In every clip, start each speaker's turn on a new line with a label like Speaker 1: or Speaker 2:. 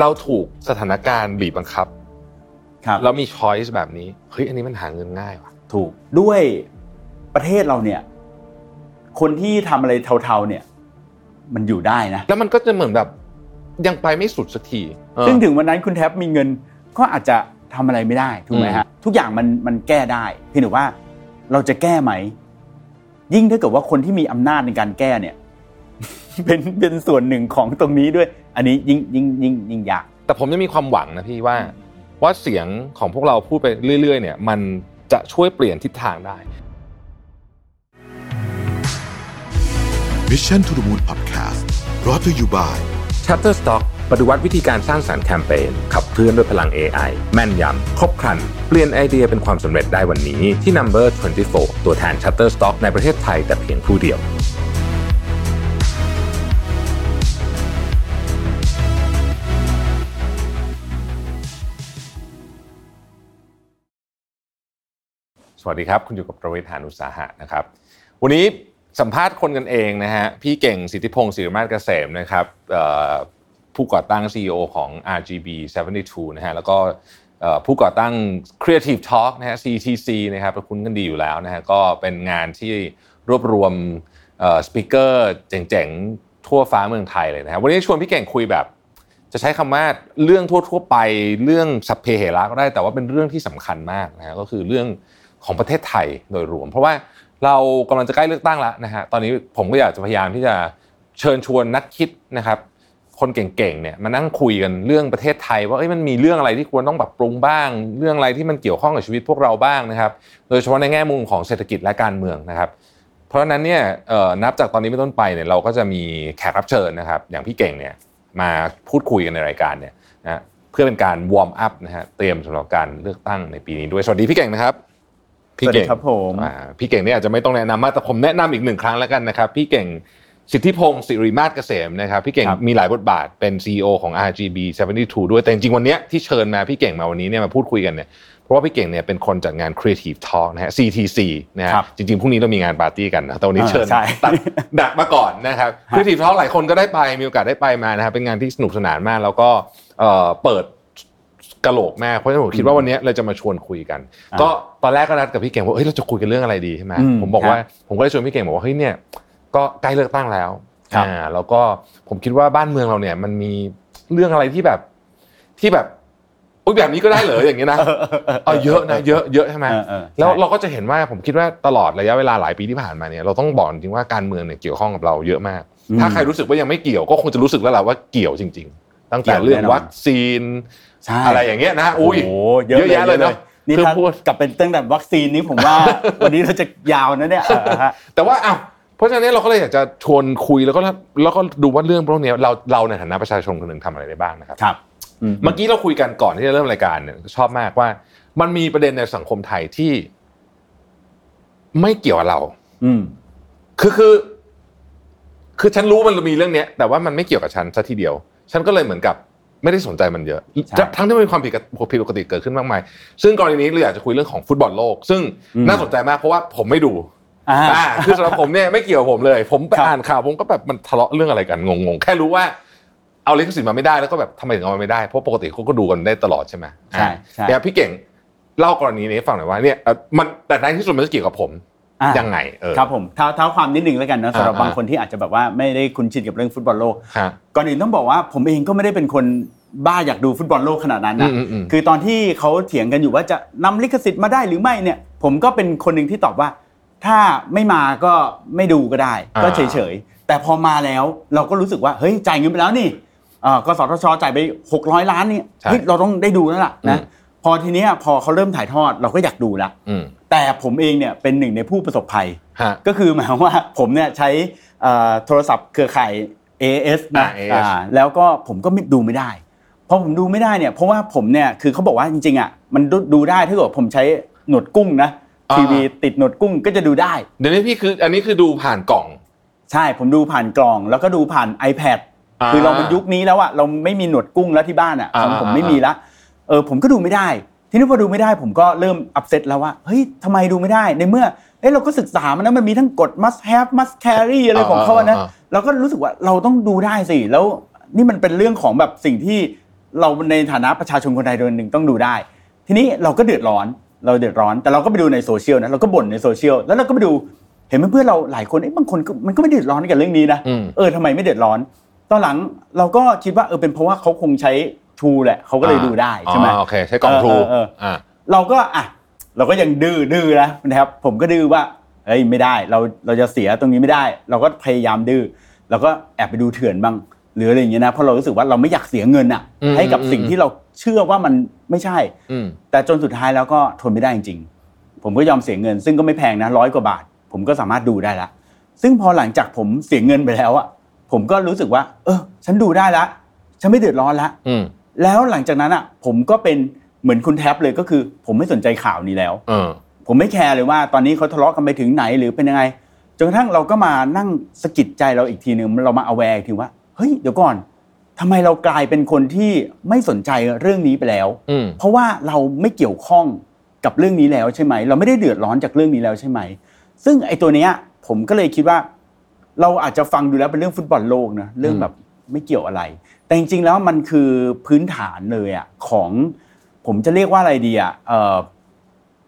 Speaker 1: เราถูกสถานการณ์บีบบังคับ
Speaker 2: ครับ
Speaker 1: เรามีช้อยส์แบบนี้เฮ้ยอันนี้มันหาเงินง่ายว่ะ
Speaker 2: ถูกด้วยประเทศเราเนี่ย คนที่ทำอะไรเทาๆเนี่ย มันอยู่ได้นะ
Speaker 1: แล้วมันก็จะเหมือนแบบยังไปไม่สุดสักทีเออ
Speaker 2: ซึ่งถึงวันนั้นคุณแท็บมีเงินก็อาจจะทำอะไรไม่ได้ถูกไหมฮะทุกอย่างมันมันแก้ได้เพียงแต่ว่าเราจะแก้ไหม ยิ่งถ้าเกิดว่าคนที่มีอำนาจในการแก้เนี่ย เป็นเป็นส่วนหนึ่งของตรงนี้ด้วย อันนี้ยิ่งยิ่งยิ่งยิ่งยาก
Speaker 1: แต่ผมยังมีความหวังนะพี่ว่า ว่าเสียงของพวกเราพูดไปเรื่อย ๆ เนี่ย มันจะช่วยเปลี่ยนทิศทางได้
Speaker 3: Mission to the Moon Podcast brought to you by
Speaker 4: Shutterstock ปฏิวัติวิธีการสร้างสารรค์แคมเปญขับเคลื่อนด้วยพลัง AI แม่นยำ ครบครัน เปลี่ยนไอเดียเป็นความสำเร็จได้วันนี้ที่ Number 24 ตัวแทน Shutterstock ในประเทศไทยแต่เพียงผู้เดียว
Speaker 1: สวัสดีครับ คุณอยู่กับประวิทยหานุสาหะนะครับ วันนี้สัมภาษณ์คนกันเองนะฮะ พี่เก่งสิทธิพงศ์สิริมาศเกษมนะครับเอ่อผู้ก่อตั้ง CEO ของ RGB 72นะฮะแล้วก็เอ่อผู้ก่อตั้ง Creative Talk นะฮะ CTC นะครับเราคุ้นกันดีอยู่แล้วนะฮะก็เป็นงานที่รวบรวมสปิเกอร์เจ๋งๆ ทั่วฟ้าเมืองไทยเลยนะฮะวันนี้ชวนพี่เก่งคุยแบบ จะใช้คำว่าเรื่องทั่วๆไปเรื่องสัพเพเหระก็ได้แต่ว่าเป็นเรื่องที่สำคัญมากนะฮะก็คือเรื่องของประเทศไทยโดยรวม เพราะว่าเรากำลังจะใกล้เลือกตั้งแล้วนะฮะตอนนี้ผมก็อยากจะพยายามที่จะเชิญชวนนักคิดนะครับคนเก่งๆเนี่ยมานั่งคุยกันเรื่องประเทศไทย ว่าเอ้ยมันมีเรื่องอะไรที่ควรต้องปรับปรุงบ้าง เรื่องอะไรที่มันเกี่ยวข้องกับชีวิตพวกเราบ้างนะครับ โดยเฉพาะในแง่มุมของเศรษฐกิจและการเมืองนะครับ เพราะฉะนั้นเนี่ยเอ่อนับจากตอนนี้เป็นต้นไปเนี่ยเราก็จะมีแขกรับเชิญนะครับ อย่างพี่เก่งเนี่ยมาพูดคุยกันในรายการเนี่ยนะเพื่อเป็นการวอร์มอัพนะฮะเตรียมสำหรับการเลือกตั้งในปีนี้ด้วยสวัสดีพี่เก่งนะครับ
Speaker 2: สวัสดีครับผม
Speaker 1: อ่าพี่เก่งเนี่ยอาจจะไม่ต้องแนะนำมากแต่ผมแนะนำอีกหนึ่งครั้งแล้วกันนะครับ พี่เก่งสิทธิพงศ์สิริมาศเกษมนะครับพี่เก่ง
Speaker 2: ครับ
Speaker 1: มีหลายบทบาทเป็น CEO ของ RGB 72 ด้วยแต่จริงๆวันเนี้ยที่เชิญมาพี่เก่งมาวันนี้เนี่ยมาพูดคุยกันเนี่ย เพราะว่าพี่เก่งเนี่ยเป็นคนจัดงาน Creative Talk นะฮะ CTC นะฮะ
Speaker 2: ครับ
Speaker 1: จริงๆพรุ่งนี้เรามีงานปาร์ตี้กันนะแต่วันนี้
Speaker 2: อ่า
Speaker 1: เชิญ
Speaker 2: ใช่
Speaker 1: ตัด ดักมาก่อนนะครับ Creative Talk หลายคนก็ได้ไปมีโอกาสได้ไปมานะครับเป็นงานที่สนุกสนานมาก แล้วก็เอ่อเปิดกะโหลกแม่เพราะฉะนั้นผมคิดว่าวันนี้เราจะมาชวนคุยกัน ก็ตอนแรกก็นัดกับพี่เก่งว่าเอ้ยเราจะคุยกันเรื่องอะไรดีใช่ไหม
Speaker 2: อืม
Speaker 1: ผมบอกว่าผมก็เลยชวนพี่เก่งบอกว่าเฮ้ยเนี่ยก็ใกล้เลือกตั้งแล้ว
Speaker 2: ครับ
Speaker 1: อ่าแล้วก็ผมคิดว่าบ้านเมืองเราเนี่ยมันมีเรื่องอะไรที่แบบที่แบบอุ๊ยแบบนี้ก็ได้เหรออย่างนี้ยนะ เออเยอะนะเยอะเยอะใช่ไหม
Speaker 2: เออเออ
Speaker 1: แล้ว
Speaker 2: ใช่
Speaker 1: เราก็จะเห็นว่าผมคิดว่าตลอดระยะเวลาหลายปีที่ผ่านมาเนี่ยเราต้องบอกจริงๆว่าการเมืองเนี่ยเกี่ยวข้องกับเราเยอะมาก
Speaker 2: อืม
Speaker 1: ถ้าใครรู้สึกว่ายังไม่เกี่ยวก็คงจะรู้สึกแล้วล่ะว่าเกี่ยวจริง ๆ ตั้งแต่
Speaker 2: เกี่ยว
Speaker 1: เรื่อง
Speaker 2: แน่นอน
Speaker 1: วัคซีน
Speaker 2: ใช่
Speaker 1: อะไรอย่างเงี้ยนะอุ้ย
Speaker 2: โโห
Speaker 1: เยอะแยะเลยเนอะ
Speaker 2: นี่
Speaker 1: คือ
Speaker 2: ถ้า
Speaker 1: พูด
Speaker 2: กลับเป็นตั้งแต่วัคซีนนี้ ผมว่า วันนี้เราจะยาวนะเนี่ยเออฮะ
Speaker 1: แต่ว่าอ้าวเพราะฉะนั้นเราก็เลยอยากจะชวนคุยแล้วก็แล้วก็ดูว่าเรื่องพวกเนี้ยเราเราในฐานะประชาชนคนหนึ่งทำอะไรได้บ้างนะครับ
Speaker 2: ครับอืม
Speaker 1: เมื่อกี้เราคุยกันก่อนที่จะเริ่มรายการเนี่ยชอบมากว่า มันมีประเด็นในสังคมไทยที่ไม่เกี่ยวกับเรา
Speaker 2: อืม
Speaker 1: คือคือ คือฉันรู้มันมีเรื่องเนี้ย แต่ว่ามันไม่เกี่ยวกับฉันซะทีเดียว ฉันก็เลยเหมือนกับไม่ได้สนใจมันเยอะ
Speaker 2: ใช่
Speaker 1: จะทั้งที่มันมีความผิดกับผิดปกติเกิดขึ้นมากมาย ซึ่งกรณีนี้เราอยากจะคุยเรื่องของฟุตบอลโลก ซึ่ง
Speaker 2: อืม
Speaker 1: น่าสนใจมากเพราะว่าผมไม่ดู
Speaker 2: อ่า
Speaker 1: อ่าคือสำหรับผมเนี่ยไม่เกี่ยวกับผมเลย ผมไป
Speaker 2: ครับ
Speaker 1: อ่านข่าวผมก็แบบมันทะเลาะเรื่องอะไรกันงงๆแค่รู้ว่าเอาลิขสิทธิ์มาไม่ได้แล้วก็แบบทำไมถึงเอามาไม่ได้เพราะปกติเขาก็ดูกันได้ตลอดใช่ไหม
Speaker 2: ใช่
Speaker 1: อ่า
Speaker 2: ใช่
Speaker 1: แต่พี่เก่งเล่ากรณีนี้ให้ฟังหน่อยว่าเนี่ยเอ่อมันแต่ในที่สุดมันจะเกี่ยวกับผม
Speaker 2: อ่ะ
Speaker 1: ยังไงเออ
Speaker 2: ครับผมเท้าเท้าความนิดนึงแล้วกันนะสำหรับ
Speaker 1: อ่า
Speaker 2: บางคนที่อาจจะแบบว่าไม่ได้คุ้นชินกับเรื่องฟุตบอลโลก
Speaker 1: ฮะ
Speaker 2: ก่อนอื่นต้องบอกว่าผมเองก็ไม่ได้เป็นคนบ้าอยากดูฟุตบอลโลกขนาดนั้นนะ
Speaker 1: อืมอืมอืม
Speaker 2: คือตอนที่เขาเถียงกันอยู่ว่าจะนำลิขสิทธิ์มาได้หรือไม่เนี่ย ผมก็เป็นคนหนึ่งที่ตอบว่า ถ้าไม่มาก็ไม่ดูก็ได้ ก็เฉยๆ แต่พอมาแล้วเราก็รู้สึกว่าเฮ้ยจ่ายเงินไปแล้วนี่เอ่อกสทชจ่ายไป 600 ล้านนี่
Speaker 1: ใช่
Speaker 2: เฮ้ยเราต้องได้ดูแล้วล่ะนะ
Speaker 1: อืม
Speaker 2: พอทีเนี้ยพอเขาเริ่มถ่ายทอดเราก็อยากดูละ
Speaker 1: อืม
Speaker 2: แต่ผมเองเนี่ยเป็นหนึ่งในผู้ประสบภัย
Speaker 1: ฮะ
Speaker 2: ก็คือหมายความว่าผมเนี่ยใช้เอ่อโทรศัพท์เครือข่าย AS นะ
Speaker 1: อ่า AIS
Speaker 2: อ่าแล้วก็ผมก็ไม่ดูไม่ได้พอผมดูไม่ได้เนี่ยเพราะว่าผมเนี่ยคือเขาบอกว่าจริงๆอ่ะมันดูดูได้ถ้าเกิดว่าผมใช้หนวดกุ้งนะ
Speaker 1: อ่า
Speaker 2: ทีวีติดหนวดกุ้งก็จะดูได้
Speaker 1: เดี๋ยวนี้พี่คืออันนี้คือดูผ่านกล่อง
Speaker 2: ใช่ผมดูผ่านกล่องแล้วก็ดูผ่าน iPad
Speaker 1: อ่า
Speaker 2: คือเรามันยุคนี้แล้วอะเราไม่มีหนวดกุ้งแล้วที่บ้านอะ
Speaker 1: อ่า
Speaker 2: ของผมไม่มีละเออผมก็ดูไม่ได้ ทีนี้พอดูไม่ได้ผมก็เริ่มอั s เซตแล้วว่าเฮ้ยทำไมดูไม่ได้ในเมื่อเอ้ยเราก็ศึกษามันนะมันมีทั้งกฎ must have must carry อะไรของเขาอะนะ
Speaker 1: อ่าอ่าอ่
Speaker 2: เราก็รู้สึกว่าเราต้องดูได้สิ แล้วนี่มันเป็นเรื่องของแบบสิ่งที่ เราในฐานะประชาชนคนไทยโดยหนึ่งต้องดูได้ ทีนี้เราก็เดือดร้อนเราเดือดร้อน แต่เราก็ไปดูในโซเชียลนะเราก็บ่นในโซเชียลแล้วเราก็ไปดูเห็นเพื่อนๆเราหลายคนเอ๊ะบางคนก็มันก็ไม่เดือดร้อนกับเรื่องนี้นะ
Speaker 1: อืม
Speaker 2: เออทำไมไม่เดือดร้อน ตอนหลังเราก็คิดว่าเออเป็นเพราะว่าเขาคงใช้ทูแหละเขาก็เลยดูได้ใช่ไหม
Speaker 1: อ๋อโอเคใช้กล่องทรู
Speaker 2: เออเออเอออ่
Speaker 1: อ่า
Speaker 2: เราก็อ่ะเราก็ยังดื้อดื้อนะนะครับผมก็ดื้อว่าเฮ้ยไม่ได้เราเราจะเสียตรงนี้ไม่ได้ เราก็พยายามดื้อเราก็แอบไปดูเถื่อนบ้างหรืออะไรอย่างเงี้ยนะเพราะเรารู้สึกว่าเราไม่อยากเสียเงินอ่ะ
Speaker 1: อืม
Speaker 2: ให้กับ
Speaker 1: อืม
Speaker 2: สิ่งที่เราเชื่อว่ามันไม่ใช่
Speaker 1: อืม
Speaker 2: แต่จนสุดท้ายแล้วก็ทนไม่ได้จริงๆ ผมก็ยอมเสียเงิน ซึ่งก็ไม่แพงนะร้อยกว่าบาท ผมก็สามารถดูได้ละ ซึ่งพอหลังจากผมเสียเงินไปแล้วอะผมก็รู้สึกว่า เออ ฉันดูได้ละ ฉันไม่เดือดร้อนละ
Speaker 1: อืม
Speaker 2: แล้วหลังจากนั้นอะผมก็เป็นเหมือนคุณแท็บเลยก็คือ ผมไม่สนใจข่าวนี้แล้ว
Speaker 1: เออ
Speaker 2: ผมไม่แคร์เลยว่าตอนนี้เขาทะเลาะกันไปถึงไหนหรือเป็นยังไงจนกระทั่งเราก็มานั่งสะกิดใจเราอีกทีหนึ่งเรามา a แวร์ทีว่าเฮ้ยเดี๋ยวก่อนทำไมเรากลายเป็นคนที่ไม่สนใจเรื่องนี้ไปแล้ว
Speaker 1: อืม
Speaker 2: เพราะว่าเราไม่เกี่ยวข้องกับเรื่องนี้แล้วใช่ไหม เราไม่ได้เดือดร้อนจากเรื่องนี้แล้วใช่ไหม ซึ่งไอ้ตัวเนี้ยผมก็เลยคิดว่า เราอาจจะฟังดูแล้วเป็นเรื่องฟุตบอลโลกนะเรื่องแบบไม่เกี่ยวอะไร แต่จริงๆแล้วมันคือพื้นฐานเลยอ่ะของผมจะเรียกว่าอะไรดีอ่ะเอ่อ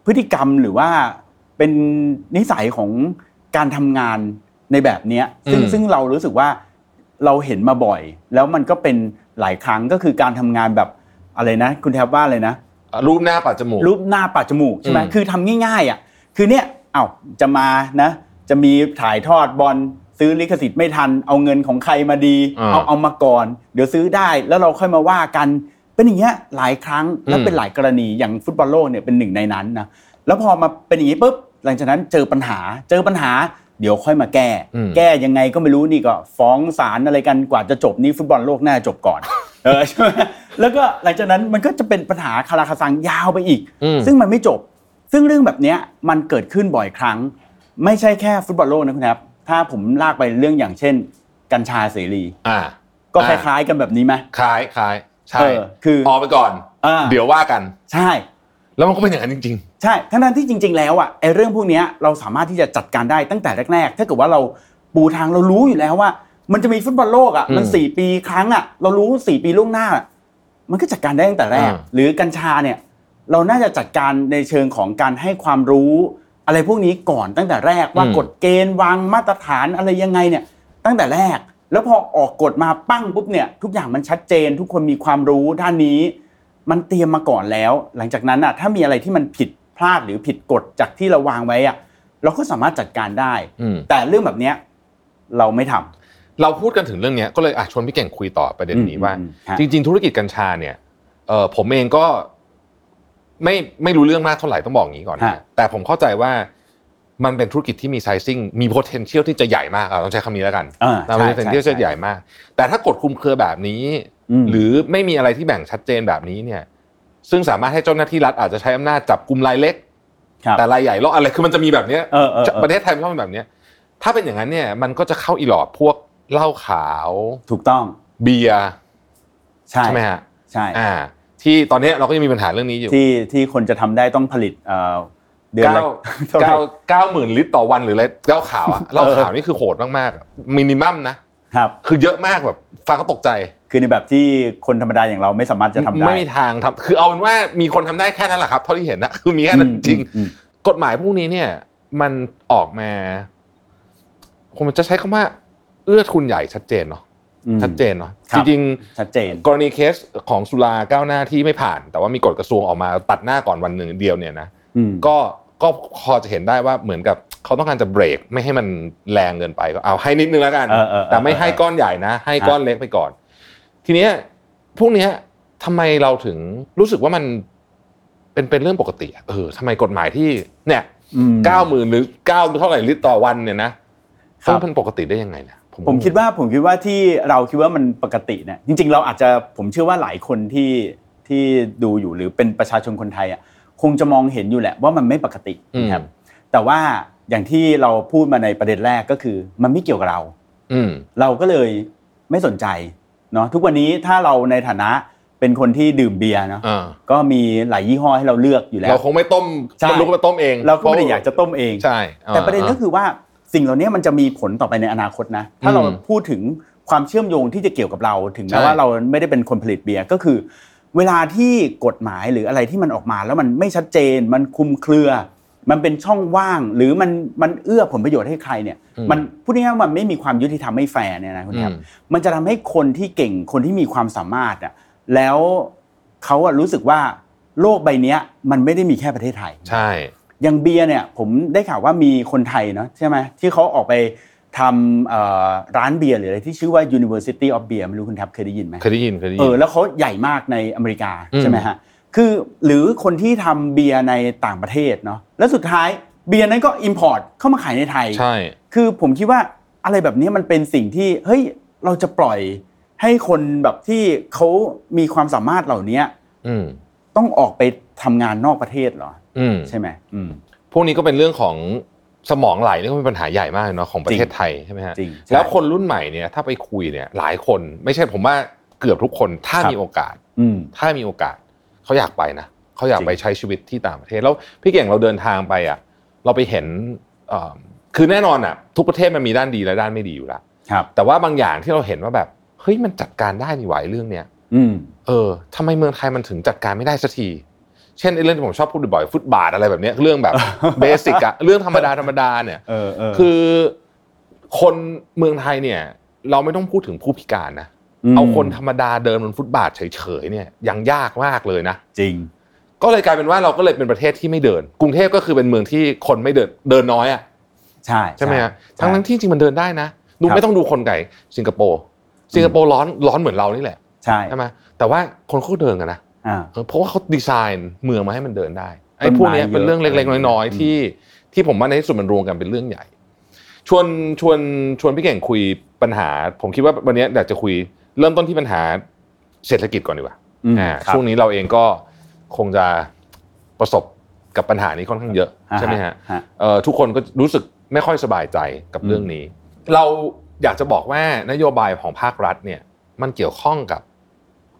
Speaker 2: พฤติกรรมหรือว่าเป็นนิสัยของการทำงานในแบบเนี้ยซึ่ง
Speaker 1: อืม
Speaker 2: ซึ่งเรารู้สึกว่าเราเห็นมาบ่อย แล้วมันก็เป็นหลายครั้งก็คือการทำงานแบบอะไรนะ คุณแทบว่าอะไรนะ
Speaker 1: รูปหน้าปัดจมูก
Speaker 2: รูปหน้าปากจมูกใช่ไหม
Speaker 1: อืม
Speaker 2: คือทำง่ายๆอ่ะ คือเนี่ยเอ้าจะมานะ จะมีถ่ายทอดบอลซื้อลิขสิทธิ์ไม่ทัน เอาเงินของใครมาดี
Speaker 1: อ่า
Speaker 2: เอาเอามาก่อน เดี๋ยวซื้อได้แล้วเราค่อยมาว่ากัน เป็นอย่างเงี้ยหลายครั้งและ
Speaker 1: อืม
Speaker 2: เป็นหลายกรณีอย่างฟุตบอลโลกเนี่ยเป็นหนึ่งในนั้นนะ แล้วพอมาเป็นอย่างนี้ปุ๊บหลังจากนั้นเจอปัญหา เจอปัญหา เดี๋ยวค่อยมาแก้
Speaker 1: อืม
Speaker 2: แก้ยังไงก็ไม่รู้นี่ก็ฟ้องศาลอะไรกันกว่าจะจบนี่ฟุตบอลโลกน่าจะจบก่อน เออใช่ไหม แล้วก็หลังจากนั้นมันก็จะเป็นปัญหาคาราคาซังยาวไปอีก
Speaker 1: อืม
Speaker 2: ซึ่งมันไม่จบ ซึ่งเรื่องแบบเนี้ยมันเกิดขึ้นบ่อยครั้ง ไม่ใช่แค่ฟุตบอลโลกนะคุณแทบถ้าผมลากไปเรื่องอย่างเช่น กัญชาเสรี
Speaker 1: อ่า
Speaker 2: ก็ค
Speaker 1: อ่
Speaker 2: ล้ายๆกันแบบนี้ไหม
Speaker 1: คล้ายคล้ายใช่
Speaker 2: เออคือ
Speaker 1: ออกไปก่อน
Speaker 2: อ่า
Speaker 1: เดี๋ยวว่ากัน
Speaker 2: ใช่
Speaker 1: แล้วมันก็เป็นอย่างนั้นจริง
Speaker 2: ใช่ทั้งนั้นที่จริง ๆ แล้วอ่ะไอ้เรื่องพวกเนี้ยเราสามารถที่จะจัดการได้ตั้งแต่แรก ๆ ถ้าเกิดว่าเราปูทางเรารู้อยู่แล้วว่า มันจะมีฟุตบอลโลกอ่ะ
Speaker 1: อืม
Speaker 2: มันสี่ปีครั้งอ่ะเรารู้สี่ปีล่วงหน้า มันก็จัดการได้ตั้งแต่แรก
Speaker 1: อ่า
Speaker 2: หรือกัญชาเนี่ยเราน่าจะจัดการในเชิงของการให้ความรู้ อะไรพวกนี้ก่อนตั้งแต่แรกว่า
Speaker 1: อืม
Speaker 2: กฎเกณฑ์วางมาตรฐานอะไรยังไงเนี่ยตั้งแต่แรก แล้วพอออกกฎมาปั้งปุ๊บเนี่ยทุกอย่างมันชัดเจน ทุกคนมีความรู้ด้านนี้ มันเตรียมมาก่อนแล้ว หลังจากนั้นอ่ะถ้ามีอะไรที่มันผิดพลาดหรือผิดกฎจากที่เราวางไว้อ่ะเราก็สามารถจัดการได้
Speaker 1: อืม
Speaker 2: แต่เรื่องแบบเนี้ยเราไม่ทำ
Speaker 1: ๆ เราพูดกันถึงเรื่องเนี้ยก็เลยอ่ะชวนพี่เก่งคุยต่อประเด็นนี้
Speaker 2: อืม
Speaker 1: ว่า
Speaker 2: อืมฮะ
Speaker 1: จริง ๆ ธุรกิจกัญชาเนี่ยเออผมเองก็ไม่ไม่รู้เรื่องมากเท่าไหร่ต้องบอกอย่างนี้ก่อนนะ
Speaker 2: ฮะ
Speaker 1: แต่ผมเข้าใจว่ามันเป็นธุรกิจที่มี sizing มี potential ที่จะใหญ่มากอ่ะต้องใช้คำนี้แล้วกัน
Speaker 2: อ่า
Speaker 1: ตาม
Speaker 2: ช่
Speaker 1: เป็นที่จะใหญ่มาก แต่ถ้ากดคุมเครือแบบนี้
Speaker 2: อืม
Speaker 1: หรือไม่มีอะไรที่แบ่งชัดเจนแบบนี้เนี่ย ซึ่งสามารถให้เจ้าหน้าที่รัฐอาจจะใช้อำนาจจับกลุ่มรายเล็ก
Speaker 2: ครับ
Speaker 1: แต่รายใหญ่ล่ออะไรคือมันจะมีแบบเนี้ย
Speaker 2: เออเออเออ
Speaker 1: ประเทศไทยมันชอบเป็นแบบเนี้ย ถ้าเป็นอย่างนั้นเนี่ย มันก็จะเข้าอีหลอบพวกเหล้าขาว
Speaker 2: ถูกต้อง
Speaker 1: เบียร์
Speaker 2: ใช่
Speaker 1: ใช่ไหมฮะ
Speaker 2: ใช่
Speaker 1: อ่า ที่ตอนนี้เราก็ยังมีปัญหาเรื่องนี้อยู่
Speaker 2: ที่ที่คนจะทำได้ต้องผลิตเอ่อเดือน
Speaker 1: เก้า
Speaker 2: ละเท่าไหร่
Speaker 1: เก้าเก้าหมื่นลิตรต่อวันหรืออะไรเหล้าขาวอะเหล้าขาวนี่คือโหดมากๆมินิมัมนะครับ คือเยอะมากแบบฟังก็ตกใจ
Speaker 2: คือในแบบที่คนธรรมดาอย่างเราไม่สามารถจะทำได้
Speaker 1: ไม่มีทางทำคือเอาเป็นว่ามีคนทำได้แค่นั้นแหละครับเท่าที่เห็นนะ คือมีแค่นั้น
Speaker 2: อื
Speaker 1: จ
Speaker 2: ม
Speaker 1: ริง
Speaker 2: อืม
Speaker 1: กฎหมายพวกนี้เนี่ย มันออกมาผมจะใช้คำว่า เอื้อทุนใหญ่ชัดเจนเนาะ
Speaker 2: อืม
Speaker 1: ชัดเจนเนาะ
Speaker 2: ค
Speaker 1: จ
Speaker 2: รับ
Speaker 1: ริง
Speaker 2: ชัดเจน
Speaker 1: ๆกรณีเคสของสุราก้าวหน้าที่ไม่ผ่าน แต่ว่ามีกฎกระทรวงออกมาตัดหน้าก่อนวันหนึ่งเดียวเนี่ยนะ
Speaker 2: อืม
Speaker 1: ก็ก็พอจะเห็นได้ว่าเหมือนกับเขาต้องการจะเบรก ไม่ให้มันแรงเกินไปก็เอาให้นิดนึงแล้วกัน
Speaker 2: เออเออเออ
Speaker 1: แต่ไม่ให้ก้อนใหญ่นะ ให้ก้อนเล็กไปก่อน ทีเนี้ยพวกเนี้ยทำไมเราถึงรู้สึกว่ามันเป็นเป็นเรื่องปกติอะเออทำไมกฎหมายที่เนี่ย
Speaker 2: อืม
Speaker 1: เก้าหมื่นหรือเก้าเท่าไหร่ลิตรต่อวันเนี่ยนะครับ ซึ่งเป็นปกติได้ยังไงเนี่ยก็
Speaker 2: ผมคิดว่าผมคิดว่าที่เราคิดว่ามันปกติเนี่ยจริง ๆ เราอาจจะผมเชื่อว่าหลายคนที่ที่ดูอยู่หรือเป็นประชาชนคนไทยอ่ะคงจะมองเห็นอยู่แหละว่ามันไม่ปกติ
Speaker 1: อืม
Speaker 2: นะครับแต่ว่าอย่างที่เราพูดมาในประเด็นแรกก็คือ มันไม่เกี่ยวกับเรา
Speaker 1: อืม
Speaker 2: เราก็เลยไม่สนใจเนาะทุกวันนี้ถ้าเราในฐานะเป็นคนที่ดื่มเบียร์เนาะ
Speaker 1: อ่า
Speaker 2: ก็มีหลายยี่ห้อให้เราเลือกอยู่แล้
Speaker 1: เรา
Speaker 2: ว
Speaker 1: คงไม่ต้ม
Speaker 2: ใช่
Speaker 1: มันลุกมาต้มเอง
Speaker 2: เราก็ไม่ได้อยากจะต้มเอง
Speaker 1: ใช่อ่า
Speaker 2: แต่ประเด็นก็คือว่าสิ่งเหล่านี้มันจะมีผลต่อไปในอนาคตนะ ถ้าเรา
Speaker 1: อืม
Speaker 2: พูดถึง ความเชื่อมโยงที่จะเกี่ยวกับเราถึง
Speaker 1: ใช่
Speaker 2: แม้ว่าเราไม่ได้เป็นคนผลิตเบียร์ก็คือ เวลาที่กฎหมายหรืออะไรที่มันออกมาแล้วมันไม่ชัดเจน มันคลุมเครือ มันเป็นช่องว่าง หรือมันมันเอื้อผลประโยชน์ให้ใครเนี่ย มันพูดง่ายๆว่ามันไม่มีความยุติธรรมไม่แฟร์เนี่ยนะคุณแทบ
Speaker 1: อืม
Speaker 2: มันจะทำให้คนที่เก่งคนที่มีความสามารถอ่ะแล้วเขาอะรู้สึกว่าโลกใบเนี้ยมันไม่ได้มีแค่ประเทศไทย
Speaker 1: ใช่
Speaker 2: อย่างเบียร์เนี่ยผมได้ข่าวว่ามีคนไทยเนาะใช่ไหมที่เขาออกไปทำเอ่อร้านเบียร์หรืออะไรที่ชื่อว่า University of Beer ไม่รู้คุณแทับเคยได้ยินไหม
Speaker 1: เคยได้ยินเคยได้
Speaker 2: เอ
Speaker 1: ยิน
Speaker 2: อแล้วเขาใหญ่มากในอเมริกา
Speaker 1: อืม
Speaker 2: ใช่ไหมฮะคือหรือคนที่ทำเบียร์ในต่างประเทศเนาะแล้วสุดท้ายเบียร์นั้นก็ import เข้ามาขายในไทย
Speaker 1: ใช่
Speaker 2: คือผมคิดว่าอะไรแบบนี้มันเป็นสิ่งที่เฮ้ยเราจะปล่อยให้คนแบบที่เขามีความสามารถเหล่านี้
Speaker 1: อืม
Speaker 2: ต้องออกไปทำงานนอกประเทศเหรอ
Speaker 1: อืม
Speaker 2: ใช่ไหมอืม
Speaker 1: พวกนี้ก็เป็นเรื่องของสมองไหลนี่ก็เป็นปัญหาใหญ่มากเลยเนาะของประเทศไทยใช่ไหมฮะ
Speaker 2: จริงใช่
Speaker 1: แล้วคนรุ่นใหม่เนี่ยถ้าไปคุยเนี่ยหลายคนไม่ใช่ผมว่าเกือบทุกคนถ้า
Speaker 2: ครับ
Speaker 1: มีโอกาส
Speaker 2: อืม
Speaker 1: ถ้ามีโอกาสเขาอยากไปนะเขาอยาก
Speaker 2: จริง
Speaker 1: ไปใช้ชีวิตที่ต่างประเทศแล้วพี่เก่งเราเดินทางไปอ่ะเราไปเห็นเอ่อคือแน่นอนอ่ะทุกประเทศมันมีด้านดีและด้านไม่ดีอยู่แล้ว
Speaker 2: ครับ
Speaker 1: แต่ว่าบางอย่างที่เราเห็นว่าแบบเฮ้ยมันจัดการได้นี่หวายเรื่องเนี้ย
Speaker 2: อืม
Speaker 1: เออทำไมเมืองไทยมันถึงจัดการไม่ได้สักที เช่นไอ้เรื่องที่ผมชอบพูดบ่อยๆฟุตบาทอะไรแบบเนี้ยเรื่อง แบบเบสิกอะเรื่องธรรมดาธรรมดาเนี่ย
Speaker 2: เออเออ
Speaker 1: คือคนเมืองไทยเนี่ย เราไม่ต้องพูดถึงผู้พิการนะ
Speaker 2: ม
Speaker 1: เอาคนธรรมดาเดินบนฟุตบาทเฉยๆเนี่ยยังยากมากเลยนะ
Speaker 2: จริง
Speaker 1: ก็เลยกลายเป็นว่าเราก็เลยเป็นประเทศที่ไม่เดิน กรุงเทพก็คือเป็นเมืองที่คนไม่เดินเดินน้อยอะ
Speaker 2: ใช่
Speaker 1: ใช่ไหมฮะทั้งทั้งๆที่จริงมันเดินได้นะดูไม่ต้องดูคนไก่สิงคโปร์สิงคโปร์ร้อนร้อนเหมือนเรานี่แหละ
Speaker 2: ใช่
Speaker 1: ใช่ไหมแต่ว่าคนเขาเดินกันนะ
Speaker 2: อ่า
Speaker 1: เออเพราะว่าเขาดีไซน์เมืองมาให้มันเดินได้ไอ้
Speaker 2: ต้
Speaker 1: พว
Speaker 2: นไม้
Speaker 1: กเนี้ยเป็นเรื่องเล็ก
Speaker 2: เยอะ
Speaker 1: ๆน้อยๆที่ที่ผมว่าในที่สุดมันรวมกันเป็นเรื่องใหญ่ ชวนชวนชวนพี่เก่งคุยปัญหา ผมคิดว่าวันเนี้ยอยากจะคุยเริ่มต้นที่ปัญหาเศรษฐกิจก่อนดีกว่า
Speaker 2: อืม
Speaker 1: อ่า
Speaker 2: ครับ
Speaker 1: ช่วงนี้เราเองก็คงจะประสบกับปัญหานี้ค่อนข้างเยอะ
Speaker 2: อ่าฮะ
Speaker 1: ใช่ไหมฮะ
Speaker 2: ฮะ
Speaker 1: เอ่อทุกคนก็รู้สึกไม่ค่อยสบายใจกับ
Speaker 2: อืม
Speaker 1: เรื่องนี้ เราอยากจะบอกว่านโยบายของภาครัฐเนี่ยมันเกี่ยวข้องกับ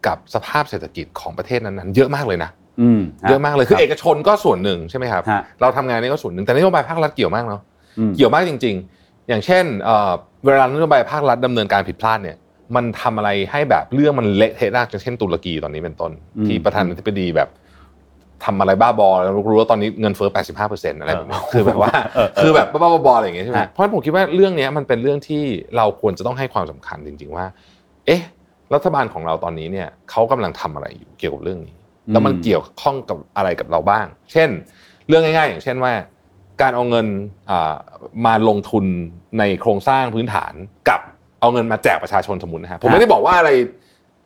Speaker 1: กับสภาพเศรษฐกิจของประเทศนั้นๆเยอะมากเลยนะ
Speaker 2: อืม
Speaker 1: เยอะมากเลยคือ
Speaker 2: รับ
Speaker 1: เอกชนก็ส่วนหนึ่งใช่ไหมครับ
Speaker 2: ฮะ
Speaker 1: เราทำงานนี่ก็ส่วนหนึ่งแต่นโยบายภาครัฐเกี่ยวมากเนาะ
Speaker 2: อืม
Speaker 1: เกี่ยวมากจริง ๆ อย่างเช่นเอ่อเวลานโยบายภาครัฐดำเนินการผิดพลาดเนี่ยมันทำอะไรให้แบบเรื่องมันเละเทะมากอย่างเช่นตุรกีตอนนี้เป็นต้น
Speaker 2: อืม
Speaker 1: ที่ประธานาธิบดีแบบทำอะไรบ้าบอแล้วรู้ว่าตอนนี้เงินเฟ้อ 85%อะไรแบบนี้คือแบบว่า
Speaker 2: เออเออ
Speaker 1: คือแบบบ้าๆบอๆอะไรอย่างเงี้ยใช่ไหม
Speaker 2: ฮะ
Speaker 1: เพราะฉะนั้นผมคิดว่าเรื่องเนี้ยมันเป็นเรื่องที่เราควรจะต้องให้ความสำคัญจริง ๆ ว่า เอ๊ะ รัฐบาลของเราตอนนี้เนี่ยเขากำลังทำอะไรอยู่เกี่ยวกับเรื่องนี้ แล้วมันเกี่ยวข้องกับอะไรกับเราบ้าง เช่น เรื่องง่ายๆ อย่างเช่นว่า การเอาเงินอ่ามาลงทุนในโครงสร้างพื้นฐานกับเอาเงินมาแจกประชาชนสมมุตินะฮะผมไม่ได้บอกว่าอะไร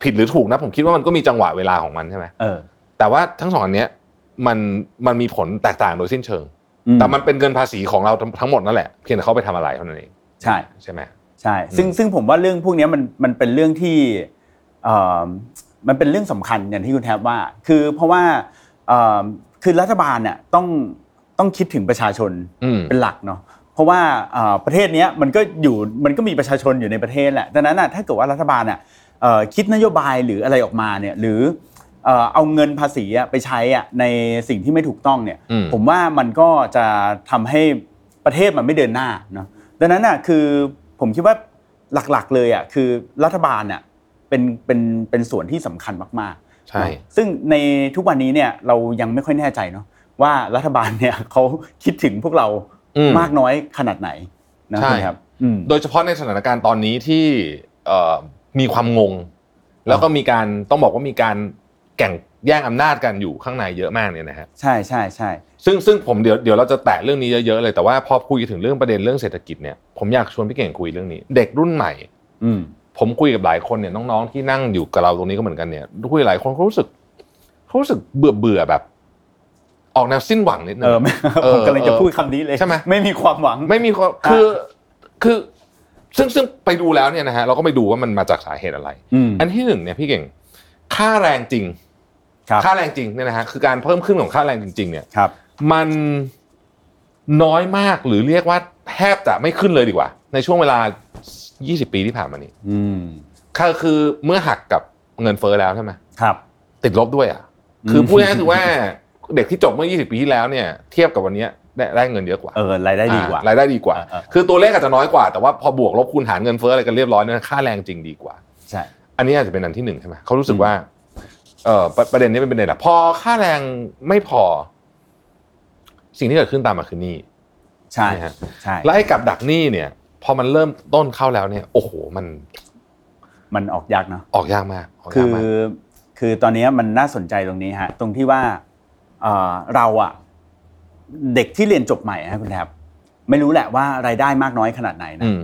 Speaker 1: ผิดหรือถูกนะผมคิดว่ามันก็มีจังหวะเวลาของมันใช่ไหม
Speaker 2: เออ
Speaker 1: แต่ว่าทั้งสองอันเนี้ยมันมันมีผลแตกต่างโดยสิ้นเชิง
Speaker 2: อื
Speaker 1: แต่มันเป็นเงินภาษีของเราทั้งทั้งหมดนั่นแหละเพียงแต่เขาไปทำอะไรเท่านั้นเอง
Speaker 2: ใช่
Speaker 1: ใช่ไหม
Speaker 2: ใช่ ซึ่งซึ่งผมว่าเรื่องพวกเนี้ยมันมันเป็นเรื่องที่เอ่อมันเป็นเรื่องสำคัญอย่างที่คุณแทบว่า คือเพราะว่าเอ่อคือรัฐบาลเนี่ยต้องต้องคิดถึงประชาชน
Speaker 1: อืม
Speaker 2: เป็นหลักเนาะ เพราะว่าเอ่อประเทศเนี้ยมันก็อยู่มันก็มีประชาชนอยู่ในประเทศแหละ ดังนั้นน่ะถ้าเกิดว่ารัฐบาลอ่ะเอ่อคิดนโยบายหรืออะไรออกมาเนี่ยหรือเอ่อเอาเงินภาษีอะไปใช้อะในสิ่งที่ไม่ถูกต้องเนี่ย
Speaker 1: อืม
Speaker 2: ผมว่ามันก็จะทำให้ประเทศมันไม่เดินหน้าเนาะดังนั้นอ่ะคือผมคิดว่าหลักๆเลยอ่ะคือรัฐบาลอ่ะเป็นเป็นเป็นส่วนที่สำคัญมากๆ
Speaker 1: ใช่
Speaker 2: เนอะซึ่งในทุกวันนี้เนี่ยเรายังไม่ค่อยแน่ใจเนาะว่ารัฐบาลเนี่ย เขาคิดถึงพวกเรา
Speaker 1: อืม
Speaker 2: มากน้อยขนาดไหนนะ
Speaker 1: ใช่
Speaker 2: ครับอืม
Speaker 1: โดยเฉพาะในสถานการณ์ตอนนี้ที่เอ่อมีความงง แล้วก็มีการต้องบอกว่ามีการแข่งแย่งอำนาจกันอยู่ข้างในเยอะมากเนี่ยนะฮะ
Speaker 2: ใช่ใช่ใช่
Speaker 1: ซึ่งซึ่งผมเดี๋ยวเดี๋ยวเราจะแตะเรื่องนี้เยอะๆเลยแต่ว่าพอคุยถึงเรื่องประเด็นเรื่องเศรษฐกิจเนี่ยผมอยากชวนพี่เก่งคุยเรื่องนี้ เด็กรุ่นใหม่
Speaker 2: อืม
Speaker 1: ผมคุยกับหลายคนเนี่ยน้องๆที่นั่งอยู่กับเราตรงนี้ก็เหมือนกันเนี่ยคุยหลายคนเขารู้สึกเขารู้สึกเบื่อเบื่อๆแบบ ออกแนวสิ้นหวังนิดนึง
Speaker 2: เออไม่
Speaker 1: เออ
Speaker 2: ผมกำลังจะพูดคำนี้เลย
Speaker 1: ใช่ไหม
Speaker 2: ไม่มีความหวัง
Speaker 1: ไม่มีความคือคือซึ่งซึ่งไปดูแล้วเนี่ยนะฮะเราก็ไปดูว่ามันมาจากสาเหตุอะไร
Speaker 2: อืม
Speaker 1: อันที่หนึ่งเนี่ยพี่เก่ง ค่าแรงจริง
Speaker 2: ครับ
Speaker 1: ค่าแรงจริงเนี่ยนะฮะคือการเพิ่มขึ้นของค่าแรงจริง ๆ เนี่ย
Speaker 2: ครับ
Speaker 1: มันน้อยมากหรือเรียกว่าแทบจะไม่ขึ้นเลยดีกว่า ในช่วงเวลา 20 ปีที่ผ่านมานี้
Speaker 2: อืม
Speaker 1: ก็คือเมื่อหักกับเงินเฟ้อแล้วใช่ไหม
Speaker 2: ครับ
Speaker 1: ติดลบด้วยอ่ะคือพูดง่ายๆคือว่าเด็กที่จบเมื่อ 20 ปีที่แล้วเนี่ย เทียบกับวันเนี้ย ได้ได้เงินเยอะกว่า
Speaker 5: เออรายได้ดีกว่า
Speaker 1: อ่ะรายได้ดีกว่า
Speaker 5: อ่ะอ่ะ
Speaker 1: คือตัวเลขอาจจะน้อยกว่า แต่ว่าพอบวกลบคูณหารเงินเฟ้ออะไรกันเรียบร้อยเนี่ยค่าแรงจริงดีกว่า
Speaker 5: ใช่
Speaker 1: อันนี้อาจจะเป็นอันที่หนึ่งใช่ไหมเขารู้สึกว่าเออประประเด็นนี้เป็นประเด็นหลักพอค่าแรงไม่พอ สิ่งที่เกิดขึ้นตามมาคือหนี้
Speaker 2: ใช่
Speaker 1: นะฮะ
Speaker 2: ใช่
Speaker 1: และไอ้กับดักหนี้เนี่ย พอมันเริ่มต้นเข้าแล้วเนี่ย โอ้โห มัน
Speaker 2: มันออกยากเนาะ
Speaker 1: ออกยากมากออก
Speaker 2: คื
Speaker 1: ยาก
Speaker 2: อ
Speaker 1: มาก
Speaker 2: คือตอนนี้มันน่าสนใจตรงนี้ฮะตรงที่ว่าเอ่อเราอะเด็กที่เรียนจบใหม่ฮะคุณแทบไม่รู้แหละว่ารายได้มากน้อยขนาดไหนนะ
Speaker 1: ม